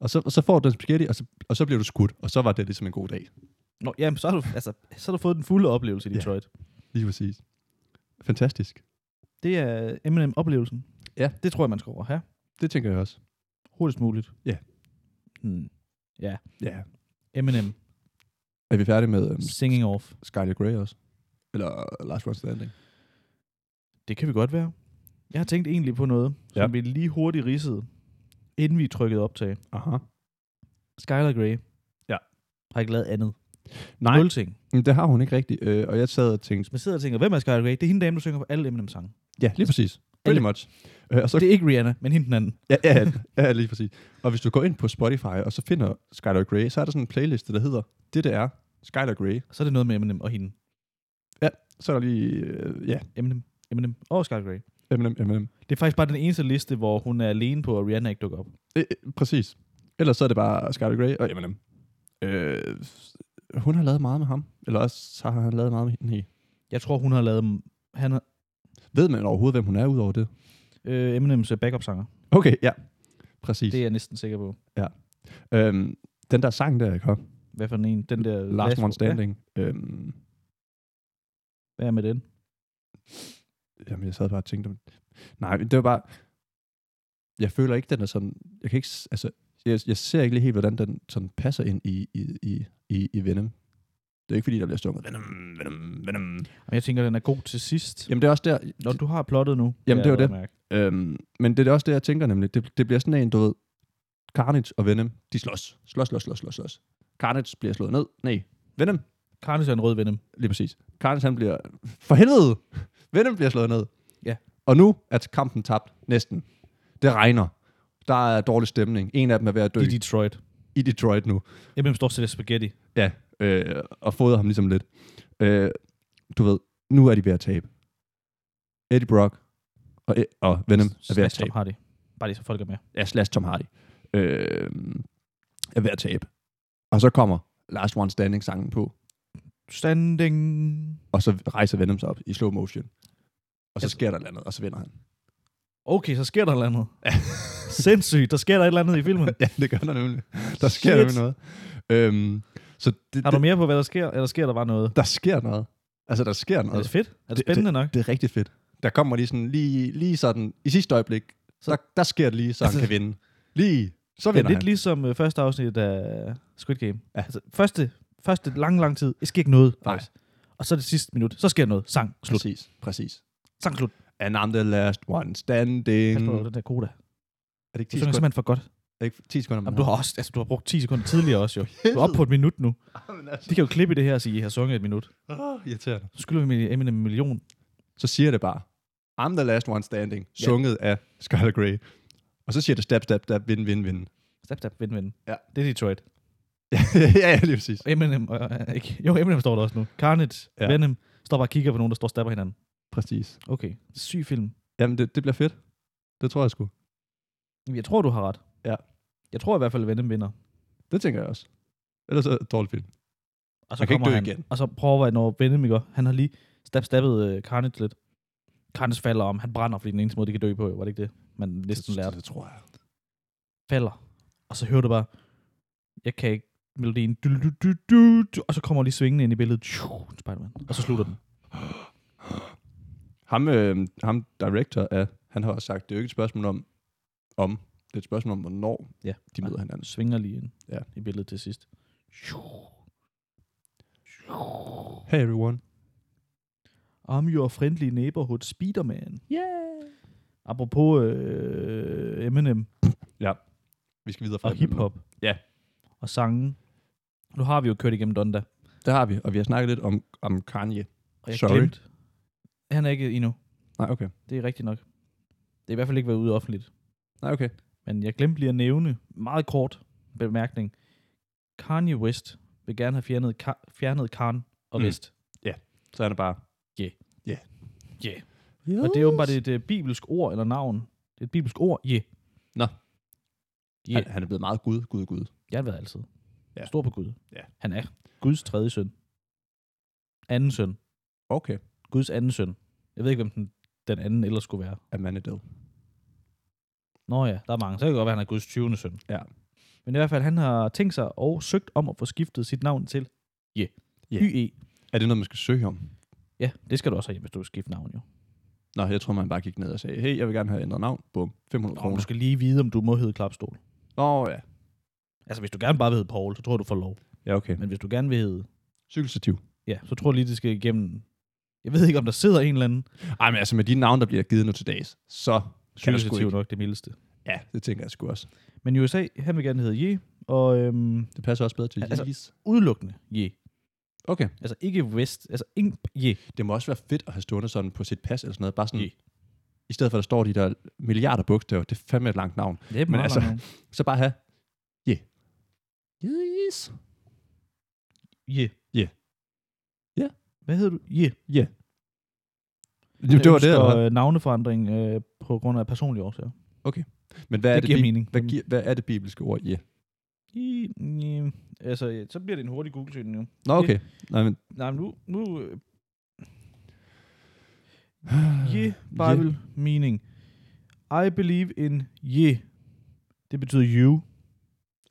S1: Og så, og så får du den spaghetti, og så, og så bliver du skudt. Og så var det ligesom en god dag.
S3: Nå, jamen, så har du, altså, så har du fået den fulde oplevelse i
S1: Ja.
S3: Detroit. Ja.
S1: Lige præcis. Fantastisk.
S3: Det er Eminem-oplevelsen.
S1: Ja.
S3: Det tror jeg, man skal over her.
S1: Det tænker jeg også.
S3: Hurtigst muligt.
S1: Ja.
S3: Hmm.
S1: Ja.
S3: Eminem,
S1: Er vi færdige med um,
S3: singing off.
S1: Skyler Grey også? Eller øh, Last One Standing?
S3: Det kan vi godt være. Jeg har tænkt egentlig på noget, som
S1: Ja.
S3: vi lige hurtigt ridsede, inden vi trykkede optag.
S1: Aha.
S3: Skylar Grey.
S1: Ja.
S3: Har ikke lavet andet.
S1: Nej,
S3: Nul ting.
S1: men det har hun ikke rigtigt. Øh, og jeg sad og tænkte,
S3: Hvis man sidder og tænker, hvem er Skylar Grey? Det er hende dame, der synger på alle Eminem-sange.
S1: ja, lige præcis. Pretty
S3: Alle-
S1: much. Øh, og så
S3: Det er ikke Rihanna, men hende den anden.
S1: Ja, ja, ja, lige præcis. Og hvis du går ind på Spotify, og så finder Skylar Grey, så er der sådan en playliste, der hedder Det der er Skylar Grey.
S3: Så er det noget med Eminem og hende.
S1: Så er der lige, øh, ja,
S3: Eminem, Eminem og Skylar Grey.
S1: Eminem, Eminem.
S3: Det er faktisk bare den eneste liste, hvor hun er alene på, og Rihanna ikke dukker op.
S1: Øh, øh, præcis. Ellers så er det bare Skylar Grey og Eminem. Øh, hun har lavet meget med ham. Eller også så har han lavet meget med hende.
S3: Jeg tror, hun har lavet... Han er,
S1: Ved man overhovedet, hvem hun er udover det?
S3: øh, Eminems øh, backup-sanger.
S1: Okay, ja. Præcis.
S3: Det er jeg næsten sikker på.
S1: Øhm, den der sang der, jeg kom.
S3: Hvad for en? Den der...
S1: Last One
S3: Ja,
S1: Standing. Øhm,
S3: Hvad er med den?
S1: Jamen, jeg sad bare og tænkte om... Nej, men det var bare... Jeg føler ikke, den er sådan... Jeg kan ikke... s- Altså, jeg, jeg ser ikke lige helt, hvordan den sådan passer ind i, i, i, i, i Venom. Det er ikke, fordi der bliver stukket Venom, Venom, Venom.
S3: Jamen, jeg tænker, den er god til sidst.
S1: Jamen, det er også der...
S3: Når du har plottet nu. kan
S1: Jamen, det
S3: jeg
S1: er jo
S3: godt mærke.
S1: Øhm, men det er også det, jeg tænker nemlig. Det, det bliver sådan en, du ved... Carnage og Venom, de slås. Slås, slås, slås, slås, slås. Carnage bliver slået ned. Nej, Venom.
S3: Carnage er en rød venom.
S1: Lige præcis. Carnage, han bliver... For helvede! Venom bliver slået ned.
S3: Ja.
S1: Og nu er kampen tabt. Næsten. Det regner. Der er dårlig stemning. En af dem er ved at dø
S3: I
S1: de, de...
S3: Detroit.
S1: i Detroit nu.
S3: Jeg bliver stort set af spaghetti.
S1: Ja. Øh, og fodrer ham ligesom lidt. Øh, du ved, nu er de ved at tabe. Eddie Brock og, E- og Venom er ved at
S3: Slash Tom
S1: tabe.
S3: Hardy. Bare lige så folk er med.
S1: Ja, slash Tom Hardy. Øh, er ved at tabe. Og så kommer Last One Standing-sangen på.
S3: Standing.
S1: Og så rejser Venom sig op i slow motion. Og så
S3: Jeg-
S1: sker der et eller andet, og så vinder han.
S3: Okay, så sker der et eller andet. Sindssygt, der sker der et eller andet i filmen.
S1: ja, det gør der nemlig. Der sker
S3: Shit.
S1: nemlig noget. Øhm, så det,
S3: Har du
S1: det,
S3: mere på, hvad der sker? Eller sker der bare noget?
S1: der sker noget. Altså, der sker
S3: Er
S1: noget.
S3: det fedt? Er det spændende nok?
S1: Det er rigtig fedt. Der kommer lige sådan, lige, lige sådan, i sidste øjeblik, så der, der sker det lige, så han
S3: Altså-
S1: kan vinde. Lige, så
S3: Det er
S1: vinder
S3: lidt
S1: han.
S3: ligesom øh, første afsnit af Squid Game.
S1: Ja.
S3: Altså, første, første lang, lang tid. Det sker ikke noget,
S1: Nej.
S3: faktisk. Og så det sidste minut. Så sker der noget. Sang. Slut.
S1: Præcis, præcis.
S3: Sang slut.
S1: And I'm the last one standing.
S3: Kasper, den der koda.
S1: Er det ikke
S3: Du
S1: 10
S3: synger
S1: sekunder?
S3: simpelthen for godt.
S1: Er det ikke 10 sekunder? man
S3: Jamen, du,
S1: har?
S3: har også, altså, du har brugt 10 sekunder tidligere også, jo. Du er oppe på et minut nu.
S1: Jamen, altså,
S3: De kan jo klippe i det her og sige, at I har sunget et minut.
S1: åh, irriterende.
S3: Så skylder vi Eminem en million.
S1: Så siger det bare, I'm the last one standing, sunget af Skylar Grey. Og så siger det stab, stab, stab, vinde, vinde, vinde.
S3: Stap, stap, vind, vind.
S1: Ja.
S3: Det er Detroit.
S1: ja, ja, lige præcis.
S3: Og Eminem, øh, øh, ikke. Jo, Eminem står der også nu. Carnage,
S1: Ja.
S3: ja. Venom, står bare og kigger på nogen, der står og stapper hinanden.
S1: Præcis.
S3: Okay, syg film.
S1: Jamen, det, det bliver fedt. Det tror jeg sgu.
S3: Jeg tror, du har ret.
S1: Ja.
S3: Jeg tror i hvert fald, at Venom vinder.
S1: Det tænker jeg også. Ellers er det et dårligt film.
S3: Og så
S1: Han kan ikke
S3: kommer
S1: dø
S3: han,
S1: igen.
S3: Og så prøver at når Venom ikke? Han har lige stab stabbet uh, Carnage lidt. Carnage falder om. Han brænder, fordi den eneste måde, de kan dø på, var det ikke det? Man næsten lærte.
S1: det tror jeg.
S3: Falder. Og så hører du bare, jeg kan ikke melodien. Du, du, du, du, du, og så kommer lige svingende ind i billedet. Tju, Spider-Man. Og så slutter den.
S1: Ham, øh, ham director, er, han har også sagt, det er jo ikke et spørgsmål om, om. Det er et spørgsmål om, hvornår
S3: Ja.
S1: de møder
S3: Han
S1: hinanden.
S3: svinger lige ind
S1: Ja.
S3: ja. i billedet til sidst. Tju.
S1: Hey everyone.
S3: I'm your friendly neighborhood Spider-Man.
S1: Yeah.
S3: Apropos øh, Eminem
S1: Vi skal videre fra
S3: og
S1: emnet nu.
S3: hiphop.
S1: Ja.
S3: Og sangen. Nu har vi jo kørt igennem Donda.
S1: Der har vi, og vi har snakket lidt om, om Kanye.
S3: Og jeg
S1: Sorry.
S3: glemte. Han er ikke endnu.
S1: Nej, okay.
S3: Det er rigtigt nok. Det er i hvert fald ikke været ude offentligt.
S1: Nej, okay.
S3: Men jeg glemte lige at nævne, meget kort bemærkning. Kanye West vil gerne have fjernet, Ka- fjernet Khan og
S1: Mm.
S3: West.
S1: Så er det bare...
S3: Yeah.
S1: Yeah.
S3: Yeah.
S1: Yes.
S3: Og det er åbenbart et uh, bibelsk ord eller navn. Det er et bibelsk ord, yeah.
S1: Nå.
S3: Yeah.
S1: Han, han er blevet meget gud, gud, gud.
S3: Jeg har været altid.
S1: Ja.
S3: Ja. Stor på Gud.
S1: Ja.
S3: Han er Guds tredje søn. Anden søn.
S1: Okay.
S3: Guds anden søn. Jeg ved ikke, hvem den, den anden ellers skulle være.
S1: At man er død.
S3: Nå ja, der er mange. Så kan det godt være, at han er Guds 20. søn.
S1: Ja.
S3: Men i hvert fald, han har tænkt sig og søgt om at få skiftet sit navn til Je.
S1: Ja.
S3: Yeah. YE.
S1: Er det noget, man skal søge om?
S3: Ja, det skal du også have, hvis du vil skifte navn jo.
S1: Nå, jeg tror, man bare gik ned og sagde, hey, jeg vil gerne have ændret navn. Bum. 500
S3: Nå,
S1: kroner.
S3: du skal lige vide, om du må hedde Klapstol.
S1: Nå, ja.
S3: Altså, hvis du gerne bare vil hedde Paul, så tror jeg, du får lov.
S1: Ja, okay.
S3: Men hvis du gerne vil hedde,
S1: Cykelstativ.
S3: ja, så tror jeg lige, det skal igennem. Jeg ved ikke, om der sidder en eller anden.
S1: Ej, men altså med de navne, der bliver givet nu til dags, så kan der sgu
S3: Psykotiv
S1: ikke-
S3: nok det mildeste.
S1: Ja, det tænker jeg sgu også.
S3: Men i USA, han vil gerne hedde Je, og øhm,
S1: Det passer også bedre til
S3: Altså-
S1: Yeezys.
S3: udelukkende Je.
S1: Okay.
S3: Altså ikke West, altså ingen Je.
S1: Det må også være fedt at have stående sådan på sit pas eller sådan noget. Bare sådan,
S3: Je.
S1: i stedet for, at der står de der milliarder bogstaver, det er fandme et langt navn.
S3: Det er
S1: Men
S3: meget
S1: altså-
S3: langt navn.
S1: Så bare have, yeah. Yes.
S3: Je.
S1: Je. Ja.
S3: E. Hvad hedder du? E. Je.
S1: Det, det var det, eller hvad?
S3: Og navneforandring øh, på grund af personlige årsager.
S1: Men hvad er
S3: det
S1: det,
S3: giver
S1: bi-
S3: mening. Mm.
S1: Hvad, giver, hvad er det bibelske ord, yeah?
S3: I, i, altså, ja, så bliver det en hurtig Google-søgning nu.
S1: Nå, okay. Nej, men,
S3: Nej, men nu... nu øh,
S1: Øh,
S3: je, Bible, meaning. I believe in je. Det betyder you.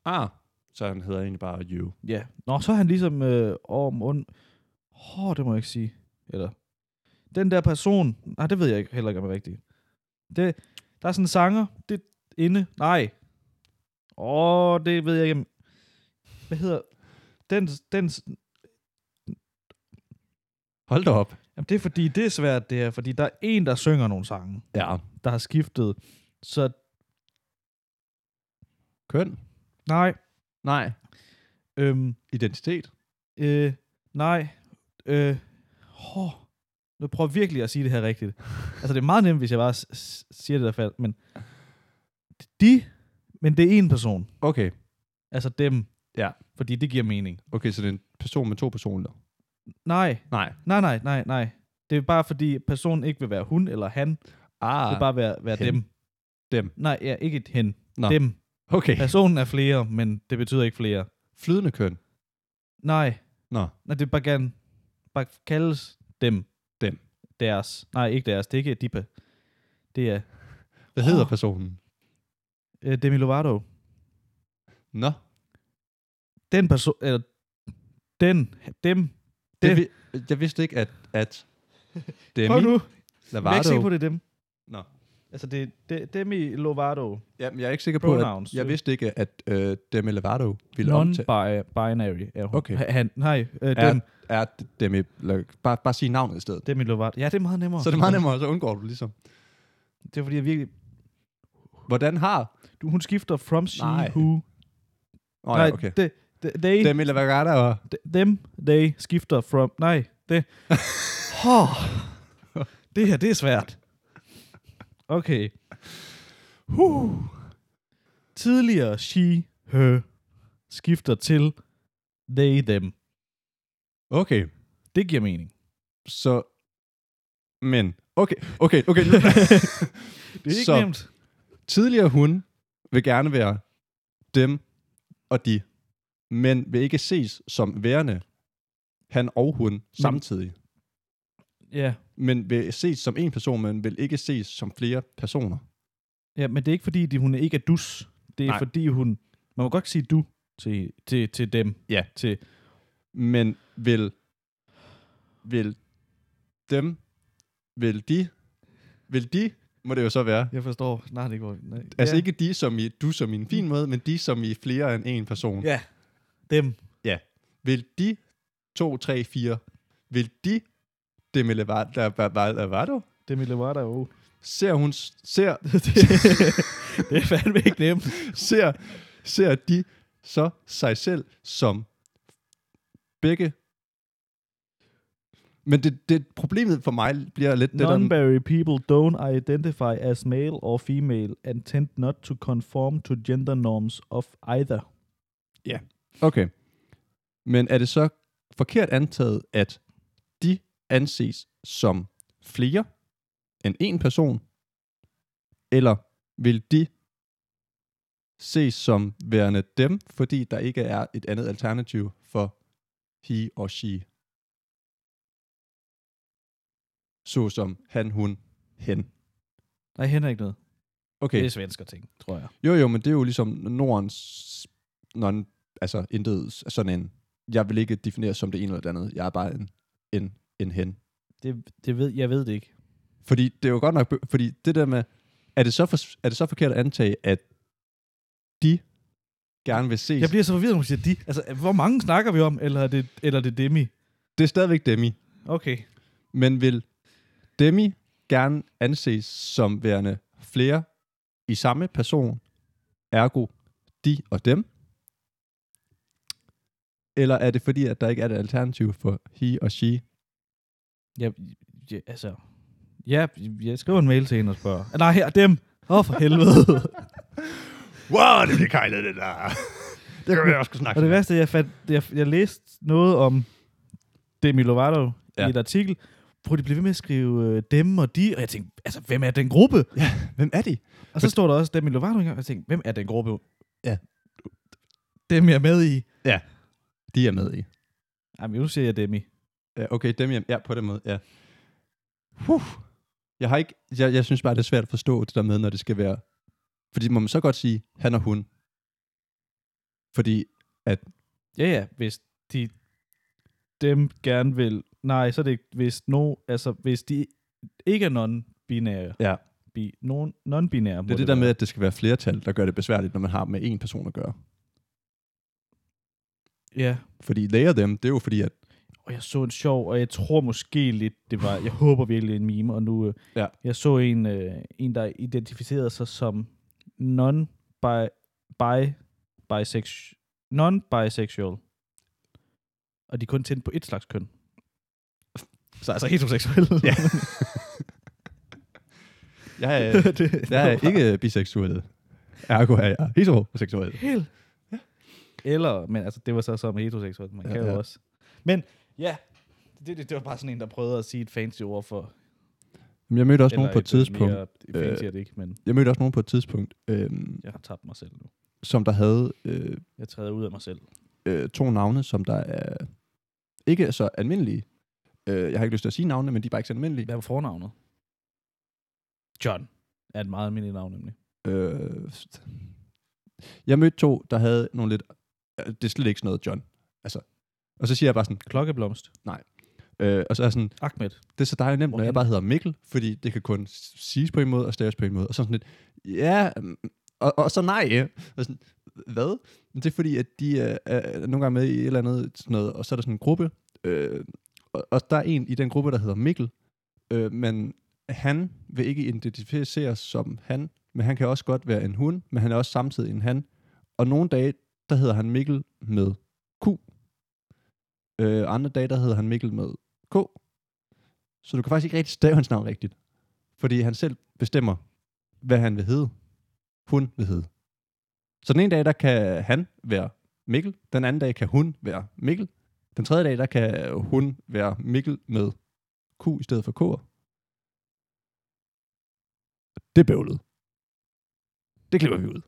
S1: Ah, så han hedder egentlig bare You.
S3: Ja. Nå, så er han ligesom øh, over mund. Åh, det må jeg ikke sige. Eller, den der person, nej, det ved jeg ikke, heller ikke om er rigtigt. Det, der er sådan en sanger, det inde, nej. Åh, det ved jeg ikke. om- Hvad hedder, den, den,
S1: Hold da op.
S3: jamen det er fordi, det er svært det her, fordi der er en, der synger nogle sange,
S1: Ja.
S3: der har skiftet. Så
S1: Køn?
S3: nej,
S1: Nej.
S3: øhm,
S1: Identitet?
S3: øh, nej, øh, åh, nu prøver jeg virkelig at sige det her rigtigt. Altså, det er meget nemt, hvis jeg bare s- s- siger det der fald, men de, men det er en person.
S1: Okay.
S3: Altså dem.
S1: Ja.
S3: Fordi det giver mening.
S1: Okay, så det er en person med to personer.
S3: Nej,
S1: Nej.
S3: nej, nej, nej, nej. Det er bare fordi personen ikke vil være hun eller han. Det
S1: Ah,
S3: vil bare være, være
S1: hen.
S3: dem.
S1: Dem.
S3: Nej, ja, ikke et hen.
S1: Nå.
S3: Dem.
S1: okay.
S3: Personen er flere, men det betyder ikke flere.
S1: Flydende køn.
S3: Nej.
S1: Nå.
S3: Nej, det er bare gerne bare kaldes dem.
S1: Dem.
S3: Deres. Nej, ikke deres. Det er ikke Dippe. Det er
S1: Hvad
S3: Åh.
S1: hedder personen?
S3: øh, Demi Lovato.
S1: Nå.
S3: Den person, eller den, dem,
S1: Det,
S3: Det-
S1: vi, jeg vidste ikke, at, at
S3: Prøv
S1: Demi
S3: nu. Jeg er ikke sikker
S1: Lovato...
S3: på, det er dem.
S1: Nå.
S3: Altså, det er de, Demi Lovato.
S1: Jamen, jeg er ikke sikker på,
S3: Pronouns.
S1: at, jeg vidste ikke, at øh, Demi Lovato ville omtale...
S3: Non-binary er hun.
S1: Okay.
S3: Ha- Han, nej, øh,
S1: Er,
S3: dem,
S1: er Demi... Lo- Bare, bare sig navnet i stedet.
S3: Demi Lovato. Ja, det er meget nemmere.
S1: Så er det meget nemmere, så undgår du ligesom.
S3: Det er fordi, jeg virkelig...
S1: Hvordan har...
S3: Du, hun skifter from she,
S1: Nej.
S3: who.
S1: Åh, oh, ja, okay.
S3: de, de, they, dem.
S1: Demi Lovato og...
S3: dem, they skifter from... Nej, det... Hår. Det her, det er svært. Okay. Huh. Tidligere she, her skifter til they, them.
S1: Okay,
S3: Det giver mening.
S1: så... Men... Okay, okay, okay. nu-
S3: Det er ikke
S1: Så-
S3: så. nemt.
S1: Tidligere hun vil gerne være dem og de, men vil ikke ses som værende han og hun samtidig.
S3: Ja.
S1: Men vil ses som en person, men vil ikke ses som flere personer.
S3: ja, men det er ikke fordi, de, hun ikke er dus. Det er
S1: Nej.
S3: Nej. fordi, hun... Man må godt sige du til, til, til dem.
S1: Ja.
S3: Til,
S1: Men vil, vil dem, vil de, vil de, må det jo så være.
S3: jeg forstår snart ikke, hvor... Nej.
S1: Altså ikke de som i, du som i en fin måde, men de som i flere end en person.
S3: Ja. Dem.
S1: Vil de 2, 3, 4, vil de Demi Lovato?
S3: Demi Lovato. Oh.
S1: Ser hun, ser,
S3: det, det er fandme ikke nemt.
S1: ser, ser de så sig selv som begge? Men det, det problemet for mig bliver lidt det der...
S3: Non-binary people don't identify as male or female and tend not to conform to gender norms of either.
S1: Okay. Men er det så forkert antaget, at de anses som flere end en person? Eller vil de ses som værende dem, fordi der ikke er et andet alternativ for he og she? Såsom han, hun, hen.
S3: Nej, hen er ikke noget.
S1: Okay.
S3: Det er svensker ting, tror jeg.
S1: Jo, jo, men det er jo ligesom Nordens non, altså intet sådan en, jeg vil ikke definere som det ene eller det andet, jeg er bare en, en, en hen.
S3: Det, det ved, jeg ved det ikke.
S1: Fordi det er jo godt nok, be- fordi det der med, er det så, for, er det så forkert at antage, at de gerne vil ses?
S3: Jeg bliver så forvirret, når hun siger de. Altså, hvor mange snakker vi om? Eller er det, eller er det Demi?
S1: Det er stadigvæk Demi,
S3: Okay.
S1: men vil Demi gerne anses som værende flere i samme person, ergo de og dem? Eller er det fordi, at der ikke er et alternativ for he og she?
S3: Jeg, jeg, altså, ja, jeg skriver en mail til hende og spørger. Ah, Nej, her, dem. Åh, oh, for helvede.
S1: Wow, det bliver kejlet, det der. Det kan vi også kunne snakke
S3: Og det værste, jeg, fandt, jeg, jeg læste noget om Demi Lovato ja.
S1: Ja.
S3: i et artikel, hvor de blev ved med at skrive øh, dem og de, og jeg tænkte, altså, hvem er den gruppe?
S1: Ja, hvem er de?
S3: Og så står der også Demi Lovato engang, og jeg tænkte, hvem er den gruppe?
S1: Ja.
S3: Dem, jeg er med i.
S1: De er med i.
S3: Jamen, nu siger jeg Demi.
S1: Ja, okay, dem hjem. Ja, på den måde, ja. Huh. Jeg, har ikke, jeg, jeg synes bare, det er svært at forstå det der med, når det skal være... Fordi må man så godt sige, han og hun? Fordi
S3: Ja, ja, hvis de dem gerne vil... Nej, så er det ikke- hvis no, altså hvis de ikke er non-binære.
S1: Ja.
S3: Bi, non, non-binære.
S1: det er det der med, at det skal være flertal, der gør det besværligt, når man har med én person at gøre.
S3: Ja,
S1: Fordi they are them, det er jo fordi, at
S3: og jeg så en sjov, og jeg tror måske lidt, det var... Jeg håber virkelig, det er en meme, og nu... øh,
S1: Ja.
S3: Jeg så en, øh, en der identificerede sig som non-bisexual. Non-bisexual. Og de er kun tændte på et slags køn. Så altså heteroseksuel.
S1: Ja. jeg er, øh,
S3: det,
S1: jeg er ikke biseksuel. Ergo er jeg heteroseksuel.
S3: Helt. Eller, men altså, det var så som heteroseksuel. Man
S1: Ja,
S3: ja, kan jo
S1: ja.
S3: ja. også. Men, ja. Det, det, det, var bare sådan en, der prøvede at sige et fancy ord for...
S1: Men Jeg mødte også
S3: eller
S1: nogen på et øh, tidspunkt. Øh,
S3: Mere, fancy er det ikke, men
S1: Jeg mødte også nogen på et tidspunkt, øh,
S3: jeg har tabt mig selv nu.
S1: som der havde øh,
S3: Jeg træder ud af mig selv.
S1: øh, to navne, som der er ikke er så almindelige. Øh, jeg har ikke lyst til at sige navnene, men de er bare ikke så almindelige.
S3: Hvad var fornavnet? John er et meget almindeligt navn, nemlig.
S1: Øh, jeg mødte to, der havde nogle lidt... øh, Det er slet ikke sådan noget, John. Altså, og så siger jeg bare sådan...
S3: Klokkeblomst.
S1: Øh, og så er jeg sådan,
S3: Ahmed.
S1: det er så dejligt nemt, når
S3: Hvorhen?
S1: jeg bare hedder Mikkel, fordi det kan kun s- siges på en måde og staves på en måde. Og så sådan lidt, ja, mm, og, og så nej. Og sådan, hvad? Men det er fordi, at de er, er, er nogle gange med i et eller andet, sådan noget, og så er der sådan en gruppe, øh, og, og der er en i den gruppe, der hedder Mikkel, øh, men han vil ikke identificeres som han, men han kan også godt være en hun, men han er også samtidig en han. Og nogle dage, der hedder han Mikkel med Q. Øh, andre dage, der hedder han Mikkel med K. Så du kan faktisk ikke rigtig stave hans navn rigtigt. Fordi han selv bestemmer, hvad han vil hedde. Hun vil hedde. Så den ene dag, der kan han være Mikkel. Den anden dag kan hun være Mikkel. Den tredje dag, der kan hun være Mikkel med Q i stedet for K'er. Det er bøvlet. Det klipper vi ud.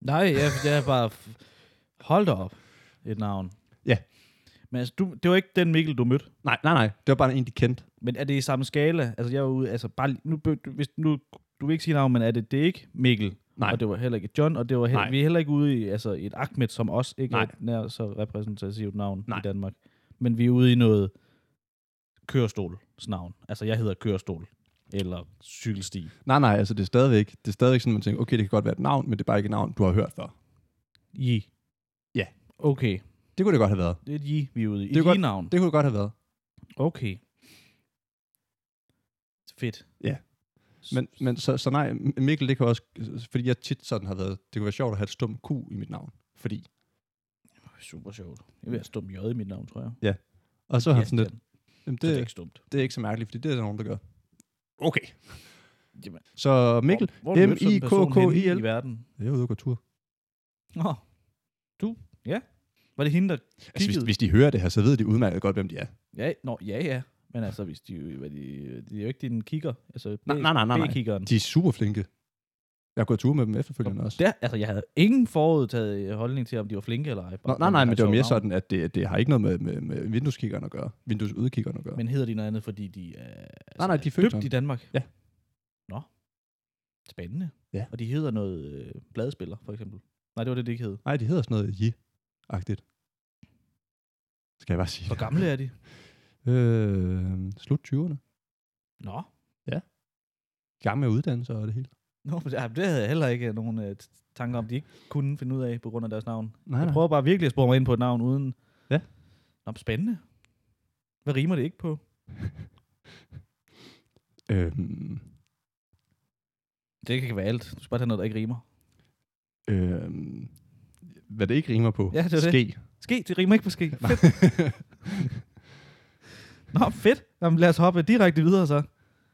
S3: Nej, jeg, jeg er bare... F- Hold da op. Et navn.
S1: Ja.
S3: Men altså, du, det var ikke den Mikkel, du mødte.
S1: Nej, nej, nej. Det var bare en, de kendte.
S3: Men er det i samme skala? Altså, jeg er ude, altså bare lige- nu, bø- du- hvis, nu, du vil ikke sige navn, men er det, det er ikke Mikkel?
S1: Nej.
S3: Og det var heller ikke John, og det var heller,
S1: Nej.
S3: vi er heller ikke ude i altså, et Ahmed, som også ikke Nej.
S1: Nej.
S3: er et nær så repræsentativt navn Nej.
S1: Nej.
S3: i Danmark. Men vi er ude i noget kørestolsnavn. Altså, jeg hedder kørestol eller cykelsti.
S1: Nej, nej, altså det er stadigvæk, det er stadigvæk sådan, man tænker, okay, det kan godt være et navn, men det er bare ikke et navn, du har hørt før.
S3: I.
S1: Ja.
S3: Okay,
S1: Det kunne det godt have været.
S3: det er et I, vi er ude i.
S1: Det er
S3: Et
S1: godt.
S3: I-navn.
S1: Det kunne det godt have været.
S3: Okay. Fedt.
S1: Ja. Men, men så, så nej, Mikkel, det kan også, fordi jeg tit sådan har været, det kunne være sjovt at have et stum Q i mit navn, fordi,
S3: Super sjovt. Jeg vil have stumt J i mit navn, tror jeg.
S1: og så har han sådan
S3: Christian.
S1: lidt, jamen
S3: Så det er
S1: det,
S3: ikke stumt.
S1: det er ikke så mærkeligt, fordi det er der nogen, der gør. Okay.
S3: Jamen.
S1: Så Mikkel,
S3: Hvor- hvor har du
S1: M-
S3: mødt sådan en
S1: I- K-
S3: person
S1: K-
S3: henne
S1: I- L?
S3: I verden.
S1: jeg er ude og gå tur.
S3: Nå. Du? Ja. Var det hende, der kiggede?
S1: Altså, hvis, hvis de hører det her, så ved de udmærket godt, hvem de er.
S3: Ja, nå, ja, ja. Men altså, hvis de, hvad de, de er jo ikke din kigger. Altså,
S1: Nej, nej, nej, nej, nej.
S3: B-kiggeren.
S1: De er super flinke. Jeg har gået tur med dem efterfølgende også.
S3: Der, altså, jeg havde ingen forudtaget øh, holdning til, om de var flinke eller ej.
S1: Nå,
S3: Bare-
S1: nej, nej, men det var mere
S3: sjovt navn.
S1: sådan, at det, det har ikke noget med, med, med vindueskikkeren at gøre. Vinduesudkikkeren at gøre.
S3: Men hedder de noget andet, fordi de er, altså,
S1: nej, de er født
S3: døbt
S1: sådan.
S3: i Danmark?
S1: Ja.
S3: Nå. Spændende.
S1: Ja.
S3: Og de hedder noget øh, bladspiller, for eksempel. Nej, det var det, det ikke hed.
S1: Nej, de hedder sådan noget J-agtigt. Skal jeg bare sige
S3: Hvor gamle er de?
S1: Øh, slut 20'erne.
S3: Nå.
S1: Gammel med uddannelse og det hele.
S3: Nå, men det, ej, det havde jeg heller ikke nogen øh, t- tanker om, de ikke kunne finde ud af på grund af deres navn.
S1: Nej,
S3: Jeg prøver bare virkelig at spore mig ind på et navn uden...
S1: Ja.
S3: Nå, men spændende. Hvad rimer det ikke på?
S1: Øhm,
S3: Det kan være alt. Du skal bare have noget, der ikke rimer.
S1: øhm, hvad det ikke rimer på.
S3: Ja, det er det.
S1: Ske.
S3: Ske, det rimer ikke på ske. Fedt. Nå, fedt. Jamen, lad os hoppe direkte videre så.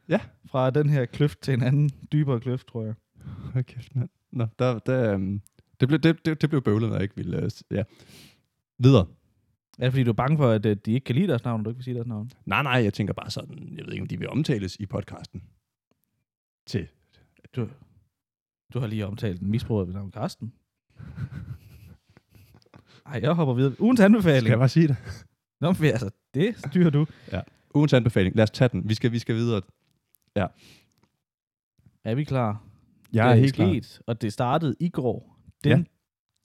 S1: Ja.
S3: Fra den her kløft til en anden dybere kløft, tror jeg.
S1: Hold kæft, mand. Nå, der, der, øhm, det, blev, det, det, det blev bøvlet, når jeg ikke ville... Øh, s- ja. Videre.
S3: Er det, fordi du er bange for, at øh, de ikke kan lide deres navn, og du ikke vil sige deres navn?
S1: Nej, nej, jeg tænker bare sådan, jeg ved ikke, om de vil omtales i podcasten. Til.
S3: Du, du har lige omtalt en misbruger ved navn Karsten. Ej, jeg hopper videre. Ugens
S1: Skal
S3: anbefaling.
S1: jeg bare sige det?
S3: Nå, men altså, det styrer du.
S1: Ugens anbefaling. Lad os tage den. Vi skal, vi skal videre.
S3: Er vi klar?
S1: Jeg
S3: det sket, og det startede i går. Den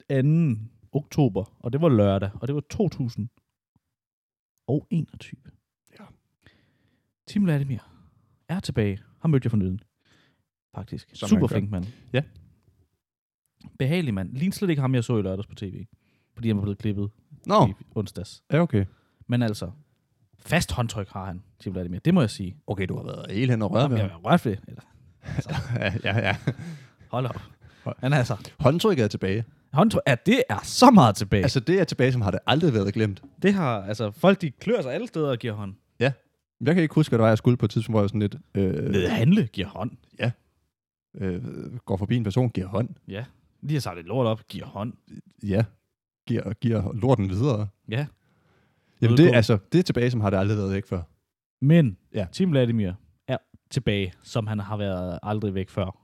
S3: anden oktober, og det var lørdag, og det var 2021.
S1: Ja.
S3: Tim Vladimir er tilbage. Ham mødte jeg fornyden. Faktisk.
S1: Som man
S3: Super
S1: gør.
S3: flink mand.
S1: Ja.
S3: Behagelig mand. Ligner slet ikke ham, jeg så i lørdags på tv. Fordi han var blevet klippet
S1: Nå,
S3: oh. i onsdags.
S1: ja, okay.
S3: Men altså, fast håndtryk har han, Tim Vladimir. Det må jeg sige.
S1: Okay, du har været helt hen og rørt
S3: Jamen,
S1: ved
S3: jeg
S1: ham.
S3: er rørt ved. Eller,
S1: ja, ja.
S3: Hold op.
S1: Hold-
S3: Han er altså,
S1: Håndtrykket er tilbage.
S3: håndtryk, ja, det er så meget tilbage.
S1: Altså, det er tilbage, som har det aldrig været glemt.
S3: Det har, altså, folk de klør sig alle steder og giver hånd.
S1: Jeg kan ikke huske, at der var, jeg skulle på et tidspunkt, hvor jeg sådan lidt øh,
S3: Ved at handle, giver hånd.
S1: øh, går forbi en person, giver hånd.
S3: Lige har sagt lidt lort op, giver hånd.
S1: Ja, giver, giver lorten videre.
S3: Ja.
S1: Jamen, det,
S3: Vedgå.
S1: er altså, det er tilbage, som har det aldrig været væk før.
S3: Men ja.
S1: Ja.
S3: Tim Vladimir er tilbage, som han har været aldrig væk før.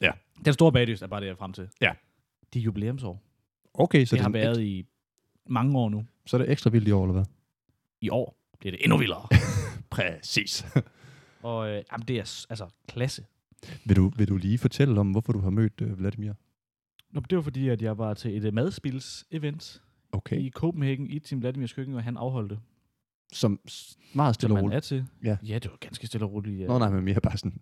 S1: Ja.
S3: Den store bagdyst er bare det, jeg er frem til.
S1: Ja.
S3: Det er jubilæumsår.
S1: Okay,
S3: Så det,
S1: så, det,
S3: har
S1: er
S3: været
S1: sådan,
S3: i mange år nu.
S1: så er det ekstra vildt i år, eller hvad?
S3: I år bliver det endnu vildere.
S1: Præcis.
S3: og øh, jamen, det er s- altså klasse.
S1: vil, du, vil du lige fortælle om, hvorfor du har mødt øh, Vladimir?
S3: Nå, men det var fordi, at jeg var til et uh, madspils-event
S1: Okay.
S3: okay. i Copenhagen i Tim Vladimirs køkken, og han afholdt det.
S1: Som s- meget stille
S3: Som
S1: og
S3: man
S1: roligt.
S3: er til.
S1: Ja.
S3: ja, det var ganske stille og roligt. Ja.
S1: Nå nej, men mere bare sådan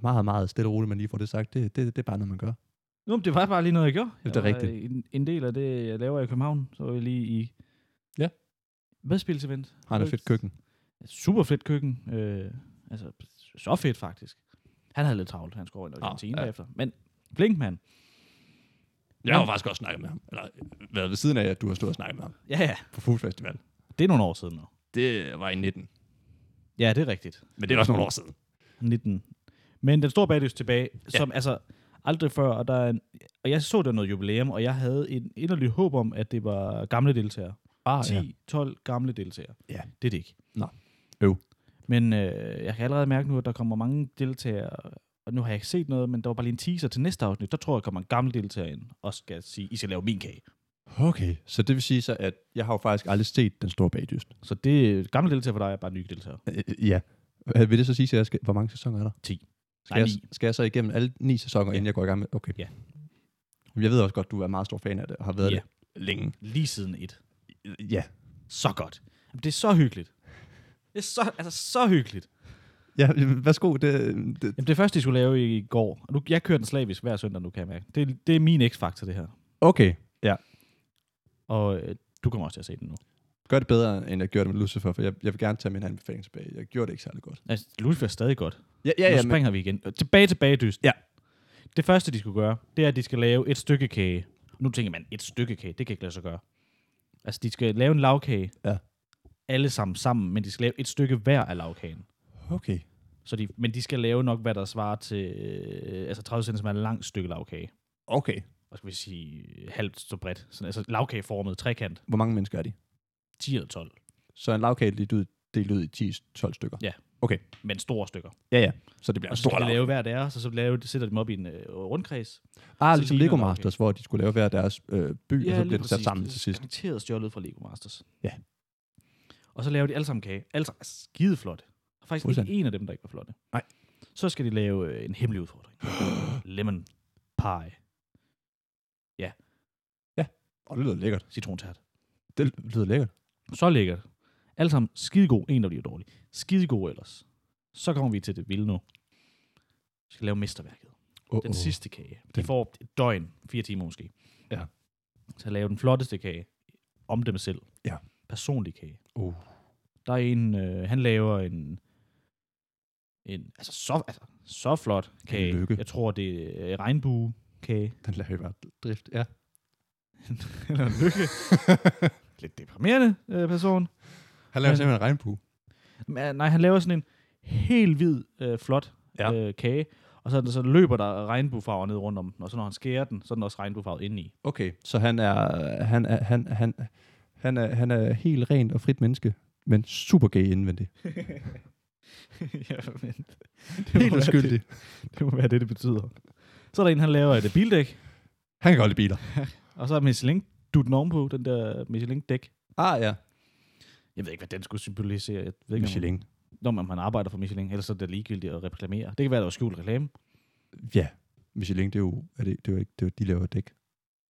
S1: meget, meget stille og roligt, man lige får det sagt. Det, det, det er bare noget, man gør.
S3: Nå, men det var bare lige noget, jeg gjorde.
S1: Ja, det er
S3: Jeg var
S1: rigtigt.
S3: En, en del af det, jeg laver i København, så var jeg lige i
S1: Ja.
S3: madspilsevent.
S1: Har han et fedt køkken?
S3: Super fedt køkken. Øh, altså, så fedt faktisk. Han havde lidt travlt, han skulle over i
S1: Ah,
S3: kantinen
S1: ja.
S3: bagefter. Men flink mand.
S1: Jeg har faktisk også snakket med ham. Eller været ved siden af, at du har stået og snakket med ham
S3: Ja, ja.
S1: på Food Festival.
S3: Det er nogle år siden nu.
S1: Det var i 19,
S3: Ja, det er rigtigt.
S1: men det er også nogle år siden.
S3: 19. Men den store bagdys tilbage, ja. som altså aldrig før, og, der er en, og jeg så der noget jubilæum, og jeg havde en inderlig håb om, at det var gamle deltagere.
S1: Ah,
S3: 10, 12 gamle deltagere.
S1: Ja.
S3: Det er det ikke.
S1: Nå. Øv.
S3: Men øh, jeg kan allerede mærke nu, at der kommer mange deltagere, og nu har jeg ikke set noget, men der var bare lige en teaser til næste afsnit. Der tror jeg, kommer en gammel deltager ind og skal sige, I skal lave min kage.
S1: Okay, så det vil sige så, at jeg har jo faktisk aldrig set den store bagdyst.
S3: Så det gamle deltager for dig er bare nye deltager.
S1: Øh, ja. Øh, Vil det så sige, at jeg skal, hvor mange sæsoner er der?
S3: 10.
S1: Skal,
S3: Nej,
S1: jeg,
S3: ni.
S1: skal jeg så igennem alle ni sæsoner,
S3: Ja.
S1: ja. inden jeg går i gang med? Okay.
S3: Ja.
S1: Men Jeg ved også godt, du er meget stor fan af det, og har været
S3: Ja.
S1: ja. det længe.
S3: Lige siden et.
S1: Ja.
S3: Så godt. Jamen, det er så hyggeligt. Det er så, altså, så hyggeligt.
S1: Ja, værsgo. Det, det.
S3: Jamen, det første, de skulle lave i går, og nu, jeg kører den slavisk hver søndag nu, kan jeg mærke. Det, det er min x-faktor, det her.
S1: Okay,
S3: Og øh, du kommer også til at se den nu.
S1: gør det bedre, end jeg gjorde det med Lucifer, for jeg, jeg vil gerne tage min anbefaling tilbage. Jeg gjorde det ikke særlig godt.
S3: Altså, Lucifer er stadig godt.
S1: Ja, ja,
S3: Ja, ja, nu
S1: ja, men,
S3: springer vi igen. Tilbage til bagdyst.
S1: Ja.
S3: Det første, de skulle gøre, det er, at de skal lave et stykke kage. Nu tænker man, et stykke kage, det kan ikke lade sig gøre. Altså, de skal lave en lavkage.
S1: Ja.
S3: Alle sammen sammen, men de skal lave et stykke hver af lavkagen.
S1: okay.
S3: Så de, men de skal lave nok, hvad der svarer til øh, altså 30 cm langt stykke lavkage.
S1: Okay.
S3: Og skal vi sige øh, halvt så bredt. Sådan, altså lavkageformet trekant.
S1: Hvor mange mennesker er de?
S3: 10 eller 12.
S1: Så en lavkage delt ud, delt ud i 10-12 stykker.
S3: Men store stykker.
S1: Ja, ja. Så det bliver en
S3: Og så
S1: stor
S3: skal de
S1: lavkage.
S3: lave hver deres, og så lave, sætter de dem op i en øh, rundkreds.
S1: Ah,
S3: så
S1: ligesom
S3: ligner
S1: Lego
S3: en lavkage.
S1: Masters, hvor de skulle lave hver deres øh, by, ja, og så bliver det sat sammen til sidst.
S3: Garanteret stjålet fra Lego Masters.
S1: Ja.
S3: Og så laver de alle sammen kage. Alle sammen er skide flotte. Og faktisk ikke
S1: Fuldstændig.
S3: en af dem, der ikke var flotte.
S1: Nej.
S3: Så skal de lave øh, en hemmelig udfordring. Lemon pie.
S1: Og det lyder lækkert.
S3: Citrontært.
S1: Det lyder lækkert.
S3: Så lækkert. Alle sammen skide god. En, der bliver dårlig. Skide god ellers. Så kommer vi til det vilde nu. Vi skal lave mesterværket.
S1: Oh,
S3: Den sidste kage. De
S1: Den-
S3: får et døgn. Fire timer måske.
S1: Ja.
S3: Så lave den flotteste kage. Om dem selv.
S1: Ja.
S3: Personlig kage.
S1: Oh.
S3: Der er en, øh, han laver en, en altså, så, altså, så flot kage.
S1: lykke.
S3: Jeg tror, det er regnbuekage.
S1: Den lader jo bare drift, ja.
S3: Eller en lykke. Lidt deprimerende øh, person.
S1: Han laver
S3: Men-
S1: simpelthen en regnbue.
S3: Men, øh, nej, han laver sådan en helt hvid, øh, flot
S1: Ja.
S3: øh, kage. Og så, så løber der regnbuefarver ned rundt om den. Og så når han skærer den, så er den også regnbuefarvet indeni.
S1: Okay, så han er, han er, han, han, han er, han er helt rent og frit menneske, men super gay indvendigt.
S3: ja, men, det
S1: Helt uskyldig.
S3: Det, det må være det, det betyder. Så er der en, han laver et øh, bildæk.
S1: Han kan godt lide biler.
S3: Og så er Michelin dutten ovenpå, den der Michelin-dæk.
S1: Ah ja,
S3: Jeg ved ikke, hvad den skulle symbolisere. Jeg ved ikke, Michelin.
S1: Michelin.
S3: Når man, man arbejder for Michelin, ellers så er det ligegyldigt at reklamere. Det kan være, der var skjult reklame.
S1: Ja, Michelin, det er jo, er det, det er jo ikke, det er, jo- de laver dæk.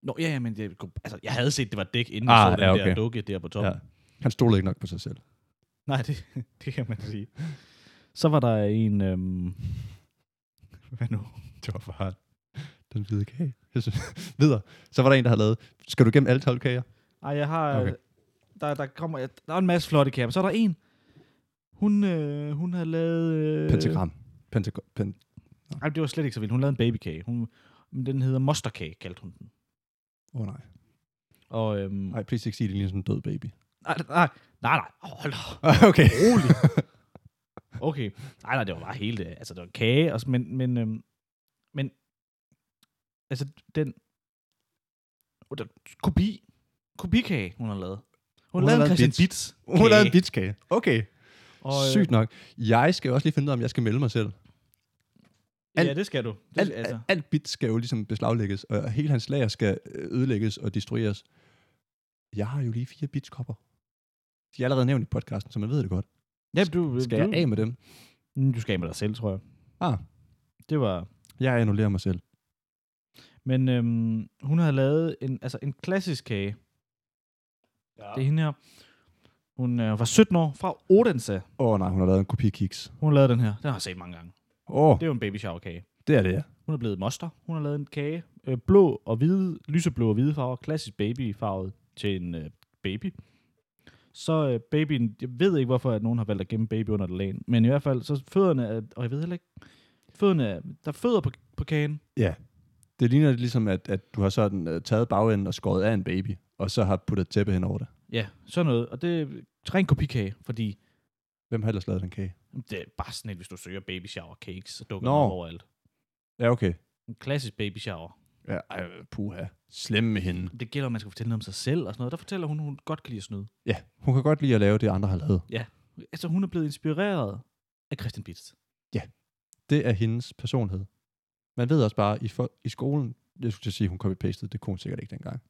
S3: Nå, ja, ja, men jeg, kunne- altså, jeg havde set, det var dæk, inden
S1: Ah,
S3: jeg så den
S1: ja,
S3: der
S1: okay.
S3: dukke der på toppen.
S1: Ja. Han stolede ikke nok på sig selv.
S3: Nej, det, det kan man sige. Så var der en... Øhm, hvad nu?
S1: Det var for hardt. Den hvide kage. Jeg synes- Videre. Så var der en, der havde lavet, skal du gennem alle 12 kager?
S3: Ej, jeg har... Okay.
S1: Okay.
S3: Der, der, kommer, der er en masse flotte kære, men så er der en. Hun, øh, hun har lavet... Øh,
S1: Pentagram. Pentagram. Pen-
S3: Nej, det var slet ikke så vildt. Hun lavede en babykage. Hun, men den hedder mosterkage, kaldte hun den.
S1: Åh oh, nej.
S3: Og, øhm, nej,
S1: Nej, please ikke sige det lige som en død baby.
S3: nej, nej, nej, hold da.
S1: okay.
S3: Rolig. Okay. Nej, nej, det var bare hele det. Altså, det var kage, og, s- men, men, øhm, men, altså, den, oh, der, kopi, kopikage, hun har lavet. Hun, hun har lavet en Christian Bits.
S1: Hun lavede en bitskage. Okay.
S3: Og,
S1: Øh.
S3: øh,
S1: Sygt nok. Jeg skal jo også lige finde ud af, om jeg skal melde mig selv.
S3: Ja, det skal du. Det,
S1: Alt,
S3: altså.
S1: alt, alt bit skal jo ligesom beslaglægges, og hele hans lager skal øh, ødelægges og destrueres. Jeg har jo lige fire bitskopper. De er allerede nævnt i podcasten, så man ved det godt.
S3: Ja, du,
S1: Skal
S3: du,
S1: jeg af med dem?
S3: Mm, du skal af med dig selv, tror jeg.
S1: Ah.
S3: Det var...
S1: Jeg annullerer mig selv.
S3: Men øhm, hun havde lavet en, altså en klassisk kage. Ja. Det er hende her. Hun øh, var 17 år, fra Odense.
S1: Åh oh, nej, hun har lavet en kopi kiks.
S3: Hun lavede den her. Den har jeg set mange gange.
S1: Åh, oh,
S3: Det er jo en baby shower kage.
S1: det er det, ja.
S3: Hun er blevet moster. Hun har lavet en kage. Øh, blå og hvide, lyseblå og hvide farver. Klassisk babyfarvet til en øh, baby. Så øh, babyen, jeg ved ikke, hvorfor at nogen har valgt at gemme baby under lagen, men i hvert fald, så fødderne, er, og jeg ved heller ikke, fødderne, er- der er fødder på, på kagen.
S1: Det ligner lidt ligesom, at, at du har sådan uh, taget bagenden og skåret af en baby, og så har puttet et tæppe hen over det.
S3: Ja, sådan noget. Og det er ren kopikage, fordi
S1: Hvem har ellers lavet den kage?
S3: det er bare sådan et, hvis du søger baby shower cakes, så dukker
S1: Nå.
S3: den op overalt.
S1: Ja, okay.
S3: En klassisk baby shower.
S1: Ja, ej, puha. Slem med hende.
S3: Det gælder, at man skal fortælle noget om sig selv og sådan noget. Der fortæller hun, hun godt kan lide at snyde.
S1: Ja, hun kan godt lide at lave det, andre har lavet.
S3: Altså, hun er blevet inspireret af Christian Bitz.
S1: Det er hendes personlighed. Man ved også bare, i, for, i skolen, jeg skulle til at sige, hun copy-pastede, det kunne hun sikkert ikke dengang.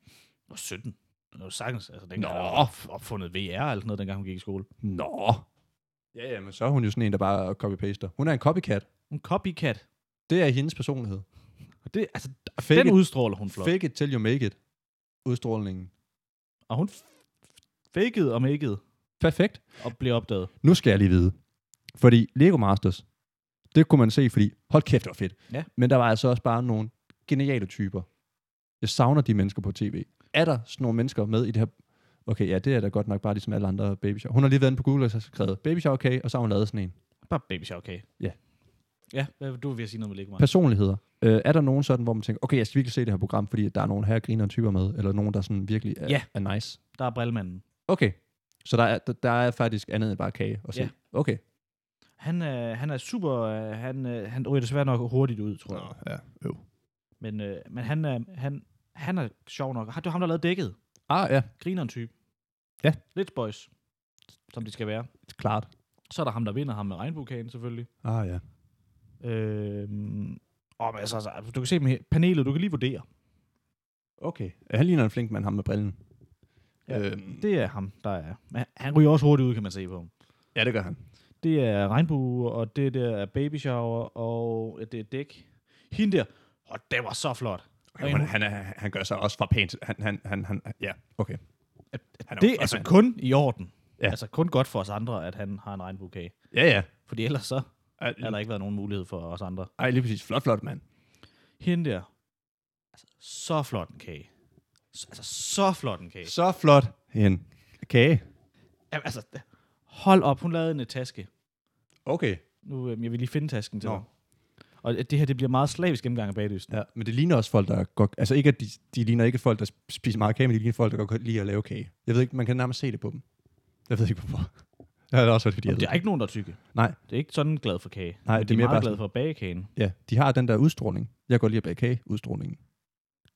S3: Og 17. Det var sagtens. Altså, den
S1: Nå.
S3: op, opfundet VR og alt sådan noget, dengang hun gik i skole.
S1: Nå. Ja, ja, men så er hun jo sådan en, der bare copy-paster. Hun er en copycat.
S3: En copycat.
S1: Det er hendes personlighed.
S3: Og det, altså,
S1: Fake
S3: den
S1: it,
S3: udstråler hun flot.
S1: fake it till you make it. Udstrålningen.
S3: Og hun f- fakede og makede
S1: Perfekt.
S3: og blev opdaget.
S1: Nu skal jeg lige vide. Fordi Lego Masters, det kunne man se, fordi hold kæft, det var fedt.
S3: Ja.
S1: Men der var altså også bare nogle geniale typer. Jeg savner de mennesker på tv. Er der sådan nogle mennesker med i det her? Okay, ja, det er da godt nok bare ligesom alle andre baby shower. Hun har lige været inde på Google og så skrevet baby shower kage, og så har hun lavet sådan en.
S3: Bare baby shower kage.
S1: Ja.
S3: Ja, hvad- du vil sige noget med Lego
S1: Personligheder. Øh, er der nogen sådan, hvor man tænker, okay, jeg skal virkelig se det her program, fordi der er nogle her griner typer med, eller nogen, der sådan virkelig er,
S3: Ja.
S1: er nice?
S3: Der er brillmanden.
S1: Okay, så der er, der, der er faktisk andet end bare kage at se.
S3: Ja.
S1: Okay.
S3: Han er, han er super... øh, Han, øh, han ryger desværre nok hurtigt ud, tror jeg.
S1: ja, øv.
S3: Men, øh, men han, er, han, han er sjov nok. Det var ham, der lavede dækket.
S1: Ah, ja,
S3: Grineren type.
S1: Ja.
S3: Lidt boys, som de skal være.
S1: klart.
S3: Så er der ham, der vinder ham med regnbuekagen, selvfølgelig.
S1: Ah, ja.
S3: Øh, og, altså, altså, du kan se dem her. panelet, du kan lige vurdere.
S1: Okay. Han ligner en flink mand, ham med brillen.
S3: Ja,
S1: øhm,
S3: Øh, Det er ham, der er. Men han- Han ryger også hurtigt ud, kan man se på ham.
S1: ja, det gør han.
S3: Det er regnbue, og det der er baby shower, og det er dæk. Hende der, og det var så flot. Og en-
S1: han, er, han gør sig også for pænt. Han, han, han, han, ja, okay. Han
S3: Det er altså kun i orden. Ja.
S1: Ja.
S3: Altså kun godt for os andre, at han har en regnbuekage.
S1: Ja, ja.
S3: Fordi ellers så har der
S1: Ej,
S3: ikke været nogen mulighed for os andre.
S1: Ej, lige præcis. Flot, flot, mand.
S3: Hende der, altså, så flot en kage. S- Altså så flot en kage.
S1: Så flot en kage.
S3: Jamen, altså, da- hold op, hun lavede en øh, taske.
S1: Okay.
S3: Nu, øh, jeg vil lige finde tasken til
S1: Nå.
S3: dig. Og øh, det her, det bliver meget slavisk gennemgang af bagdysten.
S1: Ja, men det ligner også folk, der godt... Altså ikke, at de, de ligner ikke folk, der spiser meget kage, men de ligner folk, der godt kan lide at lave kage. Jeg ved ikke, man kan nærmest se det på dem. Jeg ved ikke, hvorfor. Ja, det er også, fordi jeg
S3: Det
S1: ved.
S3: er ikke nogen, der er tykke.
S1: Nej.
S3: Det er ikke sådan glad for kage.
S1: Nej,
S3: Men
S1: det
S3: de
S1: er
S3: er
S1: mere
S3: meget
S1: bare
S3: glade
S1: sådan-
S3: for bagekagen.
S1: Ja, de har den der udstråling. Jeg går lige at bage kage, udstrålingen.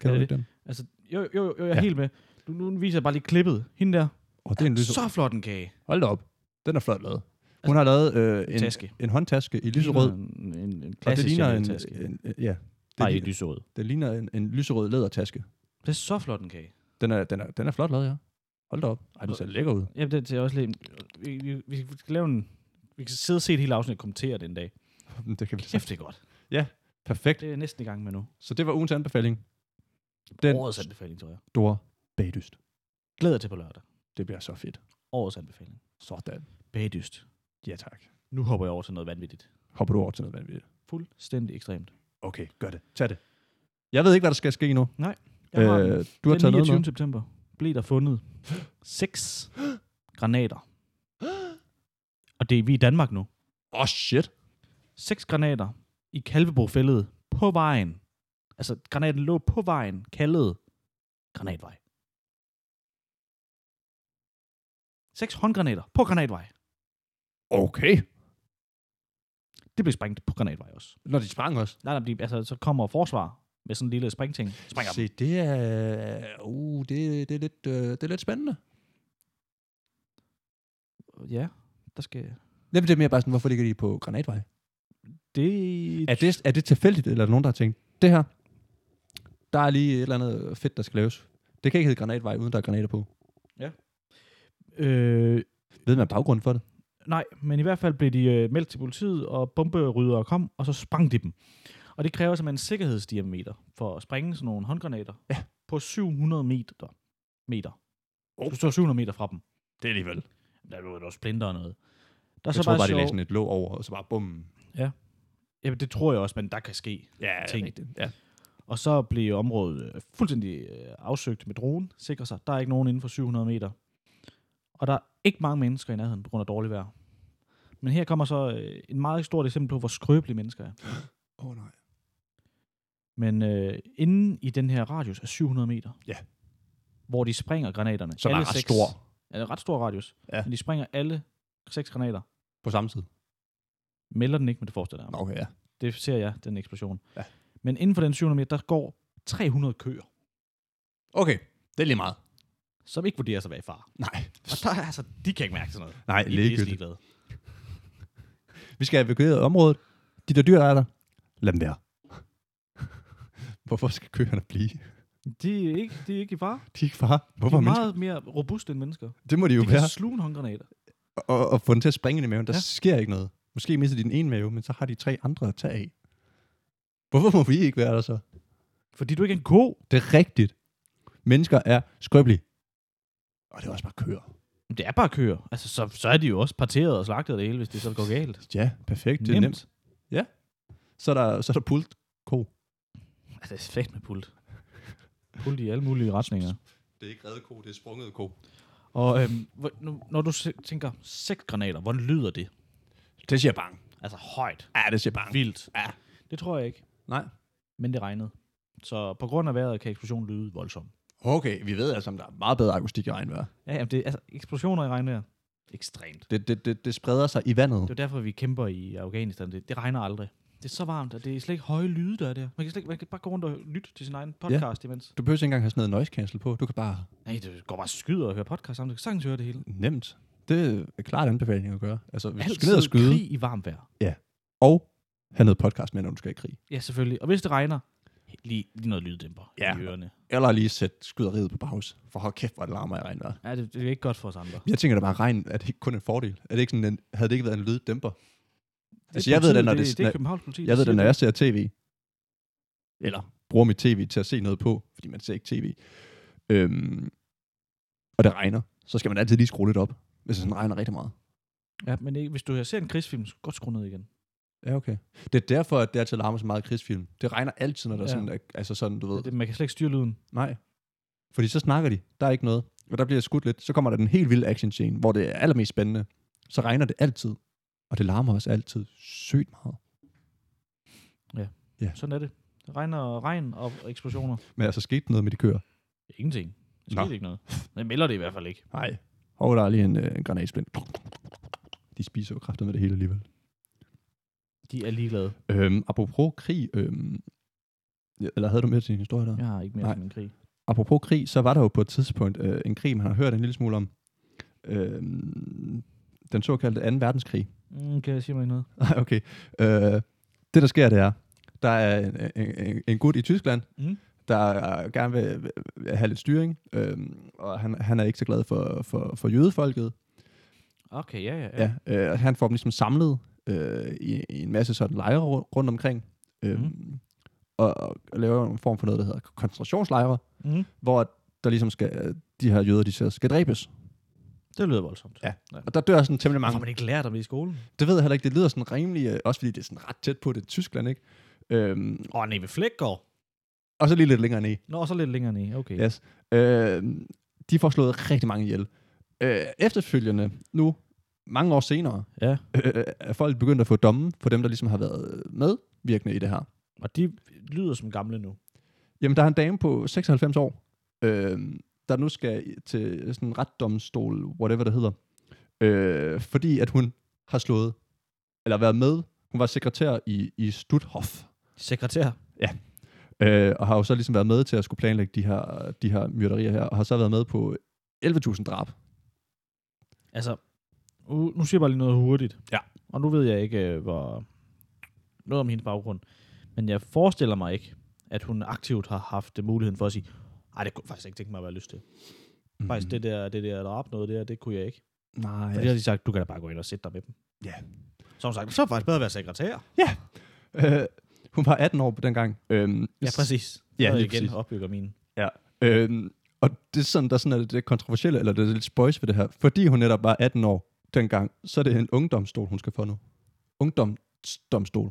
S1: Kan
S3: Er
S1: du
S3: det
S1: ikke den?
S3: Altså, jo, jo, jo, jeg er
S1: Ja.
S3: helt med. Du, nu viser jeg bare lige klippet. Hende der.
S1: Og det er en lys-
S3: Så flot en kage.
S1: Hold da op. Den er flot lavet. Hun har lavet øh, en,
S3: Altså, Taske.
S1: en håndtaske i lyserød.
S3: En, en, en
S1: Og det
S3: klassisk
S1: ligner en,
S3: taske.
S1: en, en ja, det,
S3: Nej, i
S1: ligner,
S3: lyserød.
S1: det ligner en, en lyserød lædertaske.
S3: Det er så flot en kage.
S1: Den er, den er, den er flot lavet, ja. Hold da op. Ej, den ser lækker ud.
S3: Jamen, det er også lige... Vi, vi, vi skal lave en... Vi kan sidde og se et helt afsnit og kommentere den dag.
S1: Det kan vi
S3: Kæft, det er godt.
S1: Perfekt.
S3: Det er jeg næsten i gang med nu.
S1: Så det var ugens anbefaling. Den
S3: Årets anbefaling, tror jeg.
S1: store bagdyst.
S3: Glæder jeg til på lørdag.
S1: Det bliver så fedt.
S3: Årets anbefaling.
S1: Sådan.
S3: Bagdyst.
S1: Ja, tak.
S3: Nu hopper jeg over til noget vanvittigt.
S1: Hopper du over til noget vanvittigt?
S3: Fuldstændig ekstremt.
S1: Okay, gør det. Tag det. Jeg ved ikke, hvad der skal ske nu.
S3: Jeg har
S1: øh, du har
S3: den
S1: taget noget
S3: 29.
S1: med.
S3: september blev der fundet seks granater. Og det er vi i Danmark nu.
S1: Åh, oh, shit.
S3: Seks granater i Kalvebofældet på vejen. Altså, granaten lå på vejen, kaldet Granatvej. Seks håndgranater på Granatvej.
S1: Okay.
S3: Det blev sprængt på Granatvej også.
S1: Når de sprang os.
S3: Nej, nej, de, altså, så kommer forsvar med sådan en lille springting. Springer dem.
S1: Se, det er, uh, det, det, er lidt, øh, det er lidt spændende.
S3: Ja, der skal...
S1: Jamen, det er mere bare sådan, hvorfor ligger de på granatvej?
S3: Det...
S1: Er det, er det tilfældigt, eller er der nogen, der har tænkt, det her, der er lige et eller andet fedt, der skal laves. Det kan ikke hedde granatvej, uden der er granater på.
S3: Øh,
S1: Ved man baggrunden for det?
S3: Nej, men i hvert fald blev de øh, meldt til politiet, og bomberydere kom, og så sprang de dem. Og det kræver simpelthen en sikkerhedsdiameter for at sprænge sådan nogle håndgranater ja. på 700 meter. meter. Oh.
S1: Oh.
S3: Du står 700 meter fra dem.
S1: Det er alligevel.
S3: Der er jo også splinter og noget. Der er
S1: Jeg
S3: så
S1: så tror bare,
S3: bare,
S1: de
S3: sjov-
S1: lagde sådan et låg over, og så bare bum.
S3: Jamen, det tror jeg også, men der kan ske.
S1: Ja,
S3: Ting.
S1: rigtigt. Ja.
S3: Og så blev området øh, fuldstændig øh, afsøgt med dronen. Sikre sig, der er ikke nogen inden for 700 meter. Og der er ikke mange mennesker i nærheden på grund af dårligt vejr. Men her kommer så øh, en meget stort eksempel på, hvor skrøbelige mennesker er.
S1: Åh oh, nej.
S3: Men øh, inden i den her radius af 700 meter,
S1: Ja.
S3: hvor de springer granaterne.
S1: Så var ret
S3: seks,
S1: stor
S3: Ja, det er ret stor radius.
S1: Ja.
S3: Men de springer alle seks granater.
S1: på samme tid.
S3: Melder den ikke, men det forestiller jeg mig.
S1: Okay, ja.
S3: Det ser jeg, den eksplosion.
S1: Ja.
S3: Men inden for den 700 meter, der går 300 køer,
S1: Okay, det er lige meget.
S3: som ikke vurderer sig at være i fare.
S1: Nej.
S3: Og der, er altså, de kan ikke mærke sådan noget.
S1: Nej,
S3: De er pisse
S1: ligegyldigt.
S3: ligeglade.
S1: Vi skal evakuere området. De der dyr, der er der, lad dem være. Hvorfor skal køerne blive?
S3: De er ikke, de er ikke i fare.
S1: De er ikke far.
S3: De
S1: Hvorfor
S3: er
S1: er mennesker?
S3: meget mere robuste end mennesker.
S1: Det må de jo
S3: De
S1: være.
S3: kan sluge en håndgranater.
S1: Og, og få den til at springe ind i maven. Der
S3: Ja.
S1: sker ikke noget. Måske mister de den ene mave, men så har de tre andre at tage af. Hvorfor må vi ikke være der så?
S3: Fordi du ikke er en ko.
S1: Det er rigtigt. Mennesker er skrøbelige. Og det er også bare køer.
S3: Det er bare køer. Altså, så, så er de jo også parteret og slagtet og det hele, hvis det så går galt.
S1: Ja, perfekt. Det er nemt. nemt. Så er der, så er der pult ko.
S3: Altså, det er fedt med pult. Pult i alle mulige retninger.
S1: Det er ikke redko, det er sprunget ko.
S3: Og øhm, hvor- nu, når du se- tænker, seks granater, hvordan lyder det?
S1: Det siger bang.
S3: Altså højt,
S1: Ja, det siger bang.
S3: vildt.
S1: Ja.
S3: Det tror jeg ikke,
S1: Nej.
S3: men det regnede. Så på grund af vejret kan eksplosionen lyde voldsom.
S1: Okay, vi ved altså, om der er meget bedre akustik i regnvejr.
S3: Ja, jamen det, altså, eksplosioner i regnvejr, ekstremt.
S1: Det, det, det, det spreder sig i vandet.
S3: Det er jo derfor, vi kæmper i Afghanistan. Det, det regner aldrig. Det er så varmt, og det er slet ikke høje lyde, der er der. Man kan, slet ikke, man kan bare gå rundt og lytte til sin egen podcast ja. imens.
S1: Du behøver ikke engang have sådan noget noise cancel på. Du kan bare
S3: Nej, det går bare skyder og høre podcast sammen. Du kan sagtens høre det hele.
S1: nemt. Det er klart anbefaling at gøre. Altså, hvis du skal
S3: Altid
S1: ned og skyde,
S3: krig i varmt vejr.
S1: og have noget podcast med, når du skal i krig.
S3: Ja, selvfølgelig. Og hvis det regner, lige, lige noget lyddæmper
S1: Ja.
S3: i ørerne.
S1: Eller lige sætte skyderiet på pause. For hold kæft, hvor det larmer i regnvejr.
S3: Ja, det, det er ikke godt for os andre.
S1: Jeg tænker da bare, at regn er det ikke kun en fordel. Er det ikke sådan en, havde det ikke været en lyddæmper? Altså, jeg ved da, når
S3: det,
S1: det,
S3: det, det er Københavns politi.
S1: Jeg
S3: der
S1: ved det,
S3: siger
S1: når jeg ser tv, eller bruger mit tv til at se noget på, fordi man ser ikke tv, øhm, og det regner, så skal man altid lige skrue lidt op, hvis det sådan regner rigtig meget.
S3: Ja, men ikke, hvis du ser en krigsfilm, så kan du godt skrue ned igen.
S1: Ja, okay. Det er derfor, at det altid larmer så meget i krigsfilm. Det regner altid, når der ja.
S3: Ja.
S1: sådan, er- altså sådan, du ved.
S3: Det, det, man kan slet ikke styre lyden.
S1: Nej. Fordi så snakker de, der er ikke noget, og der bliver skudt lidt. Så kommer der den helt vilde action scene, hvor det er allermest spændende. Så regner det altid, og det larmer også altid sygt meget.
S3: Sådan er det. Det regner og regn og eksplosioner.
S1: Men altså skete der noget med de køer?
S3: Ingenting. Det
S1: Nå.
S3: skete ikke noget. Det melder det i hvert fald ikke.
S1: Nej. Og der er lige en, øh, en granatsplint. De spiser jo kraftet med det hele alligevel.
S3: De er ligeglade.
S1: Øhm, apropos krig, øhm, ja, eller havde du med til din historie der? Ja.
S3: Jeg har ikke mere
S1: Nej.
S3: sådan en krig.
S1: Apropos krig, så var der jo på et tidspunkt øh, en krig, man har hørt en lille smule om. Øhm, den såkaldte 2. verdenskrig.
S3: Mm, kan jeg sige mig ikke noget?
S1: Ej, okay. Øh, det, der sker, det er, der er en, en, en, en gut i Tyskland,
S3: Mm.
S1: der gerne vil, vil- vil have lidt styring, øhm, og han, han er ikke så glad for, for, for jødefolket,
S3: Okay, ja, ja. ja.
S1: Ja, øh, og han får dem ligesom samlet øh, i, i en masse sådan lejre ru- rundt omkring. Øhm,
S3: Mhm.
S1: og, og laver en form for noget, der hedder koncentrationslejre,
S3: Mm.
S1: hvor at der ligesom skal, øh, de her jøder, de så skal dræbes.
S3: Det lyder voldsomt.
S1: Ja. Og der dør sådan temmelig
S3: Hvorfor har
S1: mange.
S3: man ikke lært om det i skolen?
S1: Det ved jeg heller ikke, det lyder sådan rimelig, øh, også fordi det er sådan ret tæt på det i Tyskland, ikke? Øhm,
S3: Åh, oh, Neve Flækgaard.
S1: og så lige lidt længere ned.
S3: Nå, så lidt længere ned. Okay.
S1: Yes. Øh, de får slået rigtig mange ihjel. Øh, efterfølgende, nu mange år senere,
S3: Ja.
S1: øh, er folk begyndt at få domme for dem, der ligesom har været medvirkende i det her.
S3: Og de lyder som gamle nu.
S1: Jamen, der er en dame på 96 år, øh, der nu skal i- til sådan en retdomstol, whatever det hedder, øh, fordi at hun har slået, eller været med, hun var sekretær i, i Stutthof,
S3: Sekretær.
S1: øh, og har jo så ligesom været med til at skulle planlægge de her, de her myrderier her, og har så været med på 11.000 drab.
S3: Altså, nu nu siger jeg bare lige noget hurtigt.
S1: Ja.
S3: Og nu ved jeg ikke, øh, hvor... Noget om hendes baggrund. Men jeg forestiller mig ikke, at hun aktivt har haft muligheden for at sige, nej, det kunne jeg faktisk ikke tænke mig at være lyst til. Mm. Faktisk det der, det der drab noget der, det kunne jeg ikke.
S1: Nej.
S3: Fordi jeg har de sagt, du kan da bare gå ind og sætte dig med dem.
S1: Ja.
S3: Så har hun sagt, så er det faktisk bedre at være sekretær.
S1: Øh, hun var 18 år på den gang. Øhm,
S3: Ja, præcis.
S1: Ja,
S3: Så
S1: lige
S3: igen
S1: præcis.
S3: opbygger mine.
S1: Øhm, og det er sådan, der sådan er det, det kontroversielle, eller det er lidt spøjs ved det her. Fordi hun netop var 18 år dengang, så er det en ungdomsstol, hun skal få nu. Ungdomsdomstol.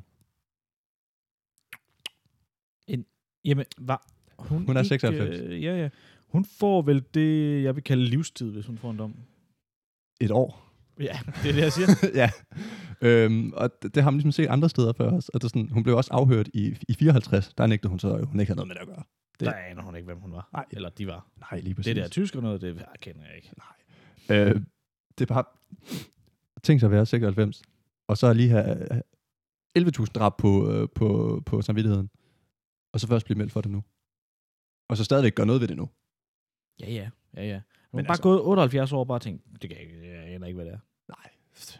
S3: Jamen, var hun,
S1: Hun er
S3: ikke,
S1: 96.
S3: Øh, ja, ja. Hun får vel det, jeg vil kalde livstid, hvis hun får en dom.
S1: Et år.
S3: Ja, det er det, jeg siger.
S1: ja. Øhm, og det, det har man ligesom set andre steder før også. Og det er sådan, hun blev også afhørt i, i 54. Der nægtede hun så, at hun ikke havde noget med det at gøre.
S3: det. Der aner hun ikke, hvem hun var.
S1: Nej.
S3: Eller de var.
S1: Nej, lige præcis.
S3: Det der tysker noget, det ja, kender jeg ikke.
S1: Øh, det er bare... Tænk sig at være 96, og så lige have øh, 11.000 drab på, øh, på, på samvittigheden, og så først blive meldt for det nu. Og så stadigvæk gøre noget ved det nu.
S3: Ja, ja. ja, ja. Hun
S1: Men
S3: er bare
S1: altså-
S3: gået 78 år og bare tænkt, det kan jeg ikke, jeg aner ikke, hvad det er.
S1: Nej, jeg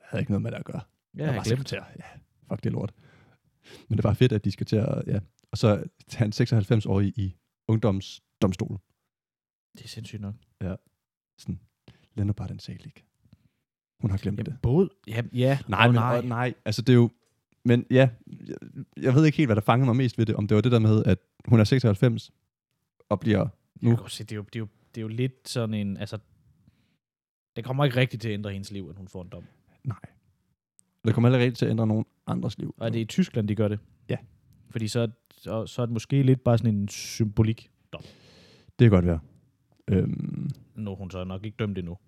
S1: havde ikke noget med det at gøre.
S3: Ja,
S1: jeg
S3: jeg
S1: var
S3: har
S1: sekretær.
S3: glemt.
S1: Ja, fuck det er lort. Men det var fedt, at de skal til at... Ja. Og så tage en 96-årig i ungdomsdomstolen.
S3: Det er sindssygt nok.
S1: Sådan, Lennart bare den sag ikke. Hun har glemt det.
S3: Jamen, både, ja, ja.
S1: Nej,
S3: og
S1: men,
S3: nej.
S1: nej. nej, altså det er jo... Men ja, jeg, jeg ved ikke helt, hvad der fangede mig mest ved det. Om det var det der med, at hun er 96 og bliver...
S3: nu.
S1: nu.
S3: Jeg kan godt se, det er, jo, det, er jo, det er jo lidt sådan en, altså, det kommer ikke rigtigt til at ændre hendes liv, at hun får en dom.
S1: Nej. Det kommer heller ikke til at ændre nogen andres liv.
S3: Og er det i Tyskland, de gør det?
S1: Ja.
S3: Fordi så, så, så er det måske lidt bare sådan en symbolik.
S1: det kan godt være. Øhm,
S3: Nu er hun så nok ikke dømt endnu.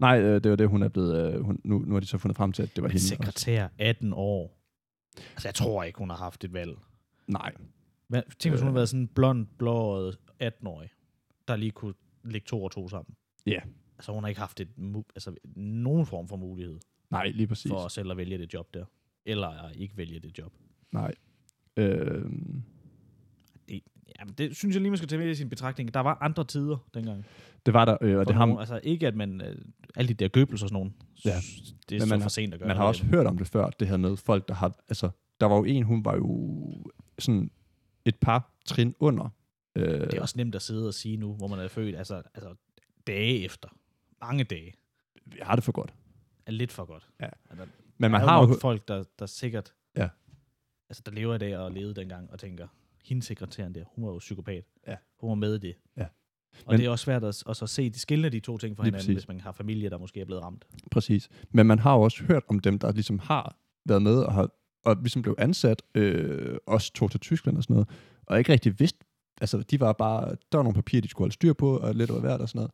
S1: nej, øh, det var det, hun er blevet... Øh, hun, nu, nu har de så fundet frem til, at det var
S3: Men
S1: hende.
S3: sekretær, 18 år. Altså, jeg tror ikke, hun har haft et valg.
S1: Også. Nej.
S3: Hvad, tænk, hvis hun
S1: Øh.
S3: havde været sådan en blond, blåret 18-årig, der lige kunne lægge to og to sammen.
S1: Ja.
S3: Altså, hun har ikke haft et, mu- altså, nogen form for mulighed
S1: Nej, lige præcis.
S3: for selv at vælge det job der. Eller at ikke vælge det job.
S1: Nej. Øhm,
S3: Jamen, det synes jeg lige, man skal tage med i sin betragtning. Der var andre tider dengang.
S1: det var der, øh, og
S3: For
S1: det har,
S3: nogen, altså ikke, at man... Øh, alle de der gøbels og sådan nogen.
S1: Ja.
S3: s- Det er
S1: Men
S3: så
S1: man
S3: for
S1: har-
S3: sent at gøre
S1: Man har
S3: noget
S1: også
S3: ved.
S1: hørt om det før, det her med folk, der har... Altså, der var jo en, hun var jo sådan et par trin under. Øh,
S3: Det er også nemt at sidde og sige nu, hvor man er født. Altså, altså dage efter. Mange dage.
S1: Jeg har det for godt.
S3: Er lidt for godt.
S1: Ja.
S3: Altså,
S1: Men man
S3: der er
S1: har jo...
S3: nok folk, der, der sikkert...
S1: Ja.
S3: Altså, der lever i dag og levede dengang og tænker, hende sekretæren der, hun var jo psykopat.
S1: Ja.
S3: Hun var med i det.
S1: Ja.
S3: Og
S1: Men-
S3: det er også svært at, at så se, de skiller de to ting fra
S1: Lige
S3: hinanden,
S1: præcis.
S3: hvis man har familie, der måske er blevet ramt.
S1: Præcis. Men man har jo også hørt om dem, der ligesom har været med og, har, og ligesom blev ansat, øh, også tog til Tyskland og sådan noget, og ikke rigtig vidste, altså de var bare, der var nogle papirer, de skulle holde styr på, og lidt over hvert og sådan noget.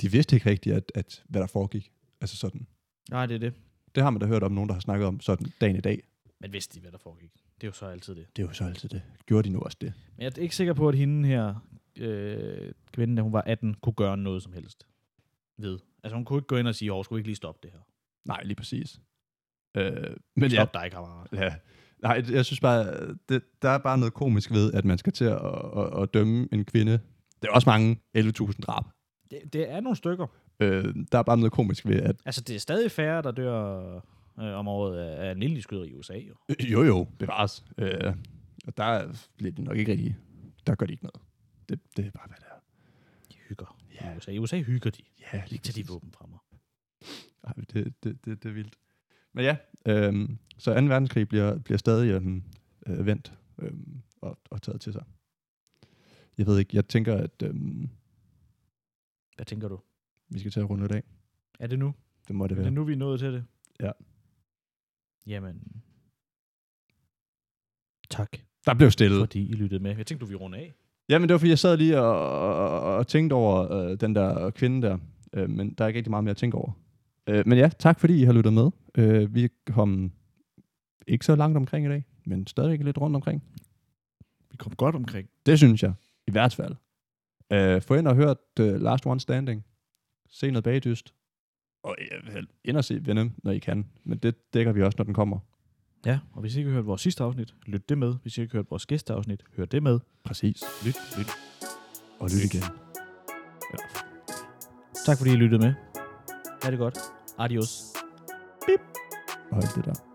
S1: De vidste ikke rigtigt, at, at, hvad der foregik. Altså sådan.
S3: Nej, det er det.
S1: Det har man da hørt om nogen, der har snakket om sådan dagen i dag.
S3: Men vidste de, hvad der foregik? Det er jo så altid det.
S1: Det er jo så altid det. Gjorde de nu også det?
S3: Men jeg er ikke sikker på, at hende her, øh, kvinden, da hun var 18, kunne gøre noget som helst ved. Altså, hun kunne ikke gå ind og sige, åh, skulle vi ikke lige stoppe det her?
S1: Nej, lige præcis. Øh, men ja,
S3: Stop dig, kammerat.
S1: ja. Nej, jeg synes bare, det, der er bare noget komisk ved, at man skal til at, at, at dømme en kvinde. Det er også mange 11.000 drab.
S3: Det, det er nogle stykker.
S1: Øh, der er bare noget komisk ved, at
S3: Altså, det er stadig færre, der dør øh, om året af, af en lille skyder i USA, jo.
S1: øh, jo jo, bevares. Øh, og der bliver det nok ikke rigtigt. Der gør de ikke noget. Det, det er bare, hvad det er.
S3: De hygger.
S1: Ja.
S3: I USA, I USA hygger de.
S1: Ja, lige
S3: Ikke tager
S1: præcis.
S3: de våben fra mig.
S1: Ej, det, det, øhm, det, det er vildt. Men ja, øhm, øh, så 2. verdenskrig bliver, bliver stadig øh, øh, vendt øhm, og, og taget til sig. Jeg ved ikke, jeg tænker, at øhm,
S3: Hvad tænker du?
S1: vi skal til at runde i dag.
S3: Er det nu?
S1: Det må det
S3: Er det
S1: være.
S3: nu, vi er nået til det?
S1: Ja.
S3: Jamen. Tak,
S1: Der blev stillet.
S3: fordi I lyttede med. Jeg tænkte, du ville runde af.
S1: Jamen, det var, fordi jeg sad lige og, og, og- og tænkte over øh, den der kvinde der. Øh, men der er ikke rigtig meget mere at tænke over. Øh, men ja, tak fordi I har lyttet med. Øh, vi kom ikke så langt omkring i dag, men stadigvæk lidt rundt omkring.
S3: Vi kom godt omkring.
S1: Det synes jeg, i hvert fald. Øh, få ind og hørt uh, Last One Standing. Se noget bagdyst. Og øh, ind og se Venom, når I kan. Men det dækker vi også, når den kommer.
S3: Ja, og hvis I ikke har hørt vores sidste afsnit, lyt det med. Hvis I ikke har hørt vores gæsteafsnit, hør det med.
S1: Præcis.
S3: Lyt, lyt.
S1: Og lyt igen.
S3: Tak fordi I lyttede med. Ha' det godt. Adios.
S1: Og alt det der.